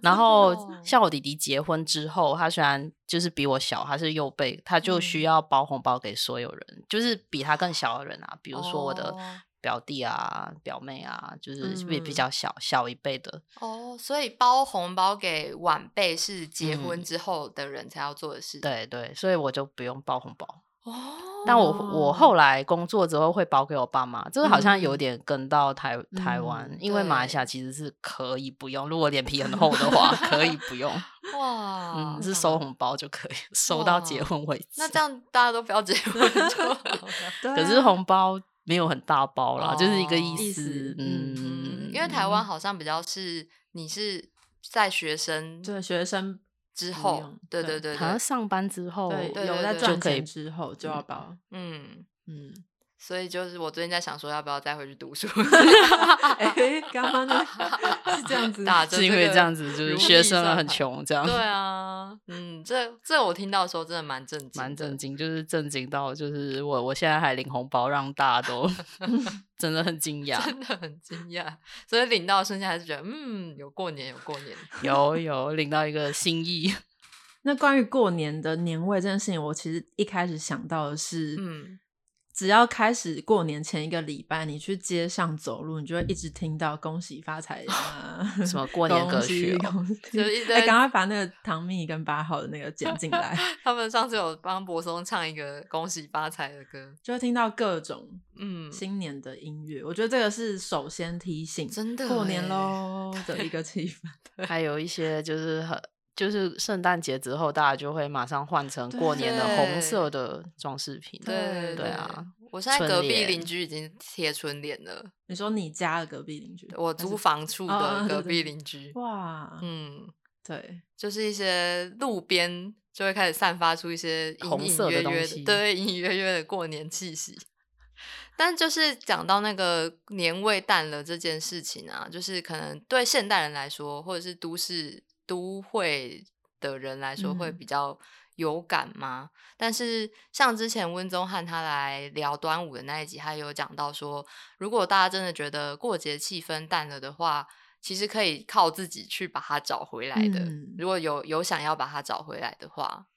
[SPEAKER 3] 然后
[SPEAKER 1] 真的哦
[SPEAKER 3] 像我弟弟结婚之后，他虽然就是比我小，他是右辈，他就需
[SPEAKER 2] 嗯
[SPEAKER 3] 要包红包给所有人，就是比他更小的人啊，比如说我的
[SPEAKER 1] 哦
[SPEAKER 3] 表弟啊、表妹啊，就是比
[SPEAKER 2] 嗯
[SPEAKER 3] 比较小小一辈的，
[SPEAKER 1] 哦，所以包红包给晚辈是结婚
[SPEAKER 3] 嗯
[SPEAKER 1] 之后的人才要做的事。
[SPEAKER 3] 对对，所以我就不用包红包。
[SPEAKER 1] 哦，
[SPEAKER 3] 但我我
[SPEAKER 2] 哦
[SPEAKER 3] 后来工作之后会包给我爸妈，这个好像
[SPEAKER 2] 嗯
[SPEAKER 3] 有点跟到台、台湾
[SPEAKER 2] 嗯，
[SPEAKER 3] 因为马来西亚其实是可以不用，如果脸皮很厚的话，可以不用，
[SPEAKER 1] 哇，
[SPEAKER 2] 哦
[SPEAKER 3] 嗯，是收红包就可以，收到结
[SPEAKER 1] 哇
[SPEAKER 3] 婚为止。
[SPEAKER 1] 那这样大家都不要结婚就好了
[SPEAKER 2] 对啊。
[SPEAKER 3] 可是红包没有很大包啦，就是一个
[SPEAKER 1] 哦
[SPEAKER 3] 意
[SPEAKER 2] 意
[SPEAKER 3] 思
[SPEAKER 2] 思。
[SPEAKER 3] 嗯
[SPEAKER 1] 嗯，，因为台湾好像比较是你是在学生
[SPEAKER 2] 对学生
[SPEAKER 1] 之
[SPEAKER 2] 不
[SPEAKER 1] 后
[SPEAKER 2] 用，
[SPEAKER 1] 对
[SPEAKER 2] 对
[SPEAKER 1] 对对
[SPEAKER 3] 好像
[SPEAKER 1] 对，
[SPEAKER 3] 上班之后
[SPEAKER 2] 对
[SPEAKER 1] 对
[SPEAKER 2] 有
[SPEAKER 1] 对
[SPEAKER 2] 在
[SPEAKER 1] 对
[SPEAKER 3] 就
[SPEAKER 2] 赚
[SPEAKER 3] 可以
[SPEAKER 2] 钱之后就要包，
[SPEAKER 1] 嗯，
[SPEAKER 2] 嗯。
[SPEAKER 1] 所以就是我最近在想说要不要再回去读书，
[SPEAKER 2] 哎，刚刚那个 是这样子，
[SPEAKER 1] 打着
[SPEAKER 3] 是因为
[SPEAKER 1] 个
[SPEAKER 3] 这样子，就是
[SPEAKER 1] 如
[SPEAKER 3] 学
[SPEAKER 1] 意
[SPEAKER 3] 生
[SPEAKER 1] 算
[SPEAKER 3] 很
[SPEAKER 1] 盘
[SPEAKER 3] 穷这样。
[SPEAKER 1] 对啊，嗯，这这我听到的时候真的蛮震惊，
[SPEAKER 3] 蛮震。惊，就是震惊到，就是我我现在还领红包，让大家 都真的很惊讶。
[SPEAKER 1] 真的很惊讶，所以领到的瞬间还是觉得，嗯，有过年，有过年。
[SPEAKER 3] 有有领到一个心意，
[SPEAKER 2] 那关于过年的年味这件事情，我其实一开始想到的是，
[SPEAKER 1] 嗯，
[SPEAKER 2] 只要开始过年前一个礼拜，你去街上走路，你就会一直听到“恭喜发财” 啊，
[SPEAKER 3] 什么过年歌曲哦
[SPEAKER 2] 恭喜
[SPEAKER 1] 就
[SPEAKER 2] 恭
[SPEAKER 1] 是
[SPEAKER 2] 喜
[SPEAKER 1] 一堆
[SPEAKER 2] 哎赶快把那个唐蜜跟八号的那个剪进 来，
[SPEAKER 1] 他们上次有帮柏松唱一个“恭喜发财”的歌，
[SPEAKER 2] 就会听到各种
[SPEAKER 1] 嗯，
[SPEAKER 2] 新年的音乐。我觉得这个是首先提醒
[SPEAKER 1] 真的
[SPEAKER 2] 过
[SPEAKER 1] 欸
[SPEAKER 2] 年喽的 一个气氛。
[SPEAKER 3] 还有一些就是很就是圣诞节之后，大家就会马上换成过年的红色的装饰品。
[SPEAKER 1] 对
[SPEAKER 3] 对啊，
[SPEAKER 1] 我现在
[SPEAKER 3] 春
[SPEAKER 1] 隔壁
[SPEAKER 3] 联
[SPEAKER 1] 邻居已经贴春联了，
[SPEAKER 2] 你说你家的隔壁邻居，
[SPEAKER 1] 我
[SPEAKER 2] 还是
[SPEAKER 1] 租房处
[SPEAKER 2] 哦
[SPEAKER 1] 的
[SPEAKER 2] 哦对
[SPEAKER 1] 隔
[SPEAKER 2] 对
[SPEAKER 1] 壁
[SPEAKER 2] 对
[SPEAKER 1] 邻居，
[SPEAKER 2] 哇，
[SPEAKER 1] 嗯，
[SPEAKER 2] 对，
[SPEAKER 1] 就是一些路边就会开始散发出一些隐
[SPEAKER 3] 红
[SPEAKER 1] 隐
[SPEAKER 3] 色的
[SPEAKER 1] 约
[SPEAKER 3] 东
[SPEAKER 1] 约
[SPEAKER 3] 西
[SPEAKER 1] 对，隐隐约约的过年气息。但就是讲到那个年味淡了这件事情啊，就是可能对现代人来说，或者是都市都会的人来说，会
[SPEAKER 2] 嗯
[SPEAKER 1] 比较有感吗？但是像之前温宗汉他来聊端午的那一集，他有讲到说，如果大家真的觉得过节气氛淡了的话，其实可以靠自己去把它找回来的。
[SPEAKER 2] 嗯
[SPEAKER 1] 如果有有想要把它找回来的话，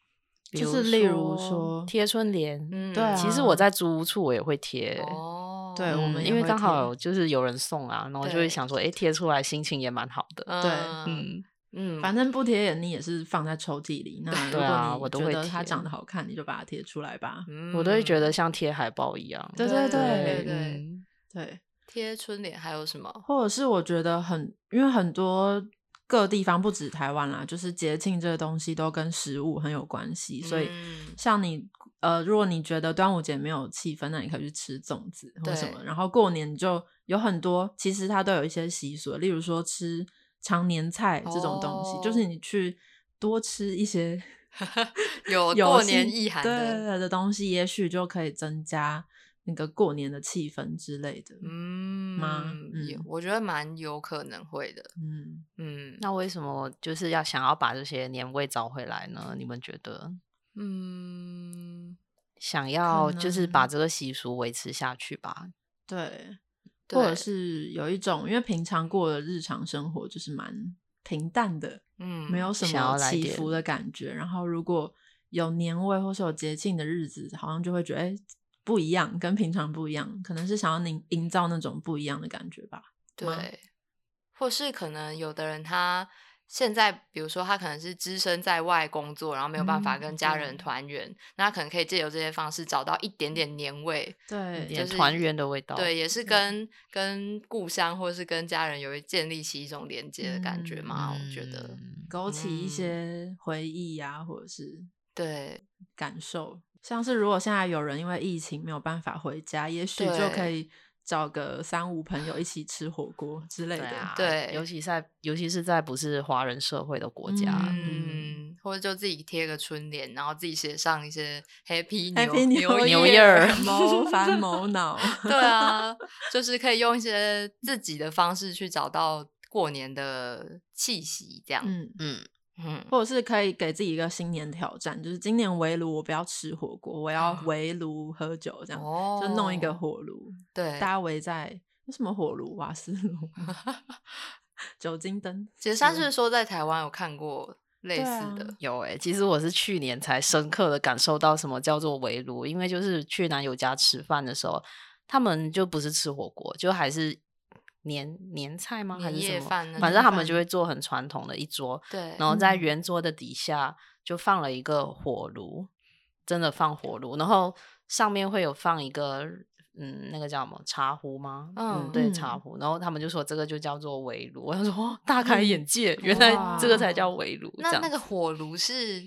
[SPEAKER 3] 比
[SPEAKER 2] 就是例如说
[SPEAKER 3] 贴春联，
[SPEAKER 1] 嗯，
[SPEAKER 2] 对啊
[SPEAKER 3] 其实我在租屋处我也会贴。
[SPEAKER 1] 哦，
[SPEAKER 2] 对我
[SPEAKER 3] 嗯
[SPEAKER 2] 们也
[SPEAKER 3] 因为
[SPEAKER 2] 会
[SPEAKER 3] 刚
[SPEAKER 2] 贴
[SPEAKER 3] 好就是有人送啊，然后就
[SPEAKER 1] 对
[SPEAKER 3] 会想说，哎，贴出来心情也蛮好的。
[SPEAKER 1] 嗯
[SPEAKER 2] 对
[SPEAKER 3] 嗯，
[SPEAKER 1] 嗯，
[SPEAKER 2] 反正不贴眼你也是放在抽屉里。那如
[SPEAKER 3] 对啊
[SPEAKER 2] 果
[SPEAKER 3] 我
[SPEAKER 2] 你
[SPEAKER 3] 都
[SPEAKER 2] 觉
[SPEAKER 3] 会
[SPEAKER 2] 得它
[SPEAKER 3] 贴
[SPEAKER 2] 长得好看，你就把它贴出来吧。
[SPEAKER 1] 嗯
[SPEAKER 3] 我都会觉得像贴海报一样。
[SPEAKER 2] 对
[SPEAKER 1] 对
[SPEAKER 2] 对
[SPEAKER 1] 对对，
[SPEAKER 3] 嗯
[SPEAKER 2] 对，
[SPEAKER 1] 贴春联还有什么？
[SPEAKER 2] 或者是我觉得很，因为很多各地方不止台湾啦，就是节庆这个东西都跟食物很有关系，所以
[SPEAKER 1] 嗯
[SPEAKER 2] 像你呃，如果你觉得端午节没有气氛，那你可以去吃粽子或什么。
[SPEAKER 1] 对
[SPEAKER 2] 然后过年你就有很多，其实它都有一些习俗，例如说吃常年菜这种东西，就是
[SPEAKER 1] 哦
[SPEAKER 2] 你去多吃一些
[SPEAKER 1] 有
[SPEAKER 2] 有
[SPEAKER 1] 过年
[SPEAKER 2] 兴
[SPEAKER 1] 意涵
[SPEAKER 2] 对
[SPEAKER 1] 的，
[SPEAKER 2] 对的东西，也许就可以增加那个过年的气氛之类的。
[SPEAKER 1] 嗯
[SPEAKER 2] 吗
[SPEAKER 1] 有
[SPEAKER 2] 嗯
[SPEAKER 1] 我觉得蛮有可能会的，
[SPEAKER 2] 嗯，
[SPEAKER 1] 嗯
[SPEAKER 3] 那为什么就是要想要把这些年味找回来呢？你们觉得
[SPEAKER 1] 嗯，
[SPEAKER 3] 想要就是
[SPEAKER 2] 能
[SPEAKER 3] 把这个习俗维持下去吧？
[SPEAKER 2] 对。
[SPEAKER 1] 对
[SPEAKER 2] 或者是有一种，因为平常过的日常生活就是蛮平淡的，
[SPEAKER 1] 嗯
[SPEAKER 2] 没有什
[SPEAKER 3] 想
[SPEAKER 2] 么
[SPEAKER 3] 要来
[SPEAKER 2] 起
[SPEAKER 3] 点
[SPEAKER 2] 伏的感觉。然后如果有年味或是有节庆的日子，好像就会觉得哎、诶不一样，跟平常不一样，可能是想要营营造那种不一样的感觉吧。吗
[SPEAKER 1] 对，或是可能有的人他现在，比如说他可能是只身在外工作，然后没有办法
[SPEAKER 2] 嗯
[SPEAKER 1] 跟家人
[SPEAKER 2] 对
[SPEAKER 1] 团圆，那他可能可以借由这些方式找到一点点年味，
[SPEAKER 2] 对，
[SPEAKER 3] 点
[SPEAKER 1] 就是
[SPEAKER 3] 团圆的味道。
[SPEAKER 1] 对，，也是跟跟故乡或是跟家人有一建立起一种连接的感觉嘛，我觉得，
[SPEAKER 3] 嗯
[SPEAKER 2] 勾起一
[SPEAKER 1] 嗯
[SPEAKER 2] 些回忆呀、或者是
[SPEAKER 1] 对，
[SPEAKER 2] 感受。像是如果现在有人因为疫情没有办法回家，也许就
[SPEAKER 1] 对
[SPEAKER 2] 可以找个三五朋友一起吃火锅之类
[SPEAKER 3] 对
[SPEAKER 2] 的。
[SPEAKER 3] 啊，
[SPEAKER 1] 对
[SPEAKER 3] 尤其在尤其是在不是华人社会的国家，
[SPEAKER 2] 嗯
[SPEAKER 1] 嗯，或者就自己贴个春联，然后自己写上一些 Happy
[SPEAKER 2] Happy
[SPEAKER 1] New
[SPEAKER 2] New
[SPEAKER 1] New
[SPEAKER 3] Year
[SPEAKER 2] 谋 烦谋恼，
[SPEAKER 1] 对啊，就是可以用一些自己的方式去找到过年的气息，这样。
[SPEAKER 2] 嗯，
[SPEAKER 3] 嗯，
[SPEAKER 1] 嗯，
[SPEAKER 2] 或者是可以给自己一个新年挑战，就是今年围炉我不要吃火锅，我要
[SPEAKER 1] 啊
[SPEAKER 2] 围炉喝酒，这样、
[SPEAKER 1] 哦
[SPEAKER 2] 就弄一个火炉，
[SPEAKER 1] 对
[SPEAKER 2] 大，家围在那什么火炉、啊瓦斯炉、酒精灯，
[SPEAKER 1] 其实山是说在台湾有看过类
[SPEAKER 2] 对
[SPEAKER 1] 似
[SPEAKER 2] 啊
[SPEAKER 1] 的，
[SPEAKER 3] 有诶、其实我是去年才深刻的感受到什么叫做围炉，因为就是去男友家吃饭的时候，他们就不是吃火锅，就还是年年菜吗？还是
[SPEAKER 1] 年夜
[SPEAKER 3] 什么？
[SPEAKER 1] 饭那
[SPEAKER 3] 反
[SPEAKER 1] 种
[SPEAKER 3] 正他们
[SPEAKER 2] 饭
[SPEAKER 3] 就会做很传统的一桌，
[SPEAKER 1] 对，
[SPEAKER 3] 然后在
[SPEAKER 2] 嗯
[SPEAKER 3] 圆桌的底下就放了一个火炉，真的放火炉，然后上面会有放一个嗯，那个叫什么茶壶吗？
[SPEAKER 1] 嗯
[SPEAKER 3] 对，茶
[SPEAKER 2] 嗯
[SPEAKER 3] 壶。然后他们就说这个就叫做围炉，我想说哇，大开眼界，原来这个才叫围炉。
[SPEAKER 1] 嗯那
[SPEAKER 3] 这样
[SPEAKER 1] 那个
[SPEAKER 3] 子
[SPEAKER 1] 火炉是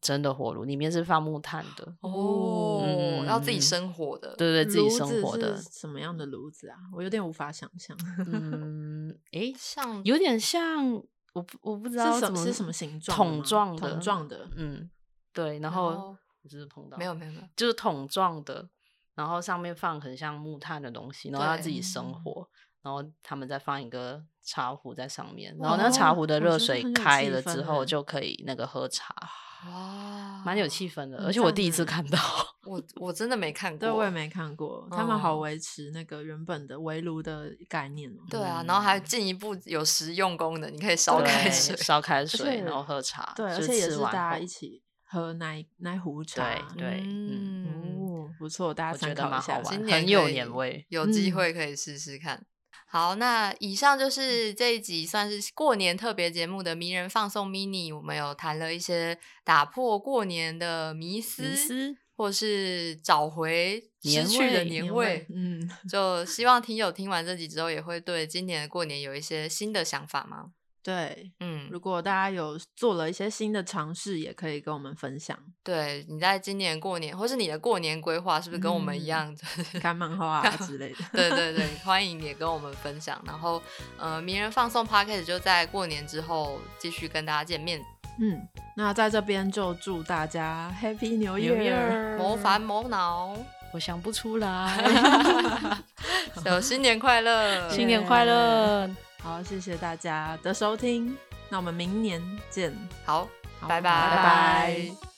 [SPEAKER 3] 真的火炉，里面是放木炭的，
[SPEAKER 1] 哦，
[SPEAKER 3] 嗯
[SPEAKER 1] 要自己生火的，
[SPEAKER 3] 对对，自己
[SPEAKER 2] 炉
[SPEAKER 3] 生
[SPEAKER 2] 子
[SPEAKER 3] 活的
[SPEAKER 2] 是，什么样的炉子啊？我有点无法想象，
[SPEAKER 3] 嗯，诶，
[SPEAKER 1] 像
[SPEAKER 3] 有点像我不我不知道
[SPEAKER 2] 是什
[SPEAKER 3] 怎么
[SPEAKER 2] 是什么形状的吗？
[SPEAKER 3] 桶状的
[SPEAKER 2] 桶状的，
[SPEAKER 3] 嗯，对，然
[SPEAKER 1] 然
[SPEAKER 3] 后
[SPEAKER 2] 哦
[SPEAKER 1] 后
[SPEAKER 3] 我就是碰到
[SPEAKER 1] 没有没有没有，
[SPEAKER 3] 就是桶状的，然后上面放很像木炭的东西，然后要自己
[SPEAKER 2] 对
[SPEAKER 3] 生火，然后他们再放一个茶壶在上面，然后那茶
[SPEAKER 2] 哇
[SPEAKER 3] 壶的
[SPEAKER 2] 我
[SPEAKER 3] 热
[SPEAKER 2] 觉得
[SPEAKER 3] 水
[SPEAKER 2] 很有
[SPEAKER 3] 开
[SPEAKER 2] 气
[SPEAKER 3] 了
[SPEAKER 2] 氛
[SPEAKER 3] 之后
[SPEAKER 2] 欸
[SPEAKER 3] 就可以那个喝茶，
[SPEAKER 1] 哇，
[SPEAKER 3] 啊蛮有气氛的，
[SPEAKER 2] 哦很
[SPEAKER 3] 而且我
[SPEAKER 2] 赞
[SPEAKER 3] 第一次
[SPEAKER 2] 欸
[SPEAKER 3] 看到，
[SPEAKER 1] 我我真的没看过，
[SPEAKER 2] 对，我也没看过，他们好
[SPEAKER 1] 哦
[SPEAKER 2] 维持那个原本的围炉的概念哦。
[SPEAKER 1] 对啊，然后还
[SPEAKER 3] 嗯
[SPEAKER 1] 进一步有实用功能，你可以烧开
[SPEAKER 3] 对
[SPEAKER 1] 水，
[SPEAKER 3] 烧开水，
[SPEAKER 2] 且
[SPEAKER 3] 然后喝茶，
[SPEAKER 2] 对，而
[SPEAKER 3] 就
[SPEAKER 2] 且也
[SPEAKER 3] 吃
[SPEAKER 2] 是
[SPEAKER 3] 完
[SPEAKER 2] 大家
[SPEAKER 3] 后
[SPEAKER 2] 一起喝那一那一壶茶
[SPEAKER 3] 对。对，嗯，
[SPEAKER 1] 嗯
[SPEAKER 2] 哦，不错，大
[SPEAKER 3] 我
[SPEAKER 2] 家参
[SPEAKER 3] 觉得
[SPEAKER 2] 考一
[SPEAKER 3] 蛮
[SPEAKER 2] 下
[SPEAKER 3] 好
[SPEAKER 2] 吧。
[SPEAKER 3] 玩，
[SPEAKER 1] 今年
[SPEAKER 3] 很有
[SPEAKER 1] 可以
[SPEAKER 3] 年味，
[SPEAKER 1] 有机
[SPEAKER 2] 嗯
[SPEAKER 1] 会可以试试看。好，那以上就是这一集算是过年特别节目的迷人放送 mini，我们有谈了一些打破过年的迷思，
[SPEAKER 3] 迷思
[SPEAKER 1] 或是找回失
[SPEAKER 3] 年
[SPEAKER 1] 去的
[SPEAKER 3] 味
[SPEAKER 1] 年
[SPEAKER 2] 年
[SPEAKER 1] 味
[SPEAKER 2] 味。嗯，
[SPEAKER 1] 就希望听友听完这集之后，也会对今年的过年有一些新的想法吗？
[SPEAKER 2] 对，
[SPEAKER 1] 嗯，
[SPEAKER 2] 如果大家有做了一些新的尝试，也可以跟我们分 享。
[SPEAKER 1] 对，你在今年过年，或是你的过年规划，是不是跟我们一样？就是
[SPEAKER 2] 看漫画啊之类的。
[SPEAKER 1] 对对对，欢迎也跟我们分享。然后，呃，名人放送 p o d c a s t 就在过年之后继续跟大家见面。
[SPEAKER 2] 嗯，那在这边就祝大家 Happy New
[SPEAKER 3] New
[SPEAKER 2] Year，
[SPEAKER 3] Year
[SPEAKER 1] 谋烦谋恼，
[SPEAKER 3] 我想不出 来。
[SPEAKER 1] 有新年快乐，
[SPEAKER 3] 新年快乐，
[SPEAKER 2] 好，谢谢大家的收听，那我们明年见，
[SPEAKER 1] 好，
[SPEAKER 2] 好
[SPEAKER 1] 拜拜
[SPEAKER 2] 拜拜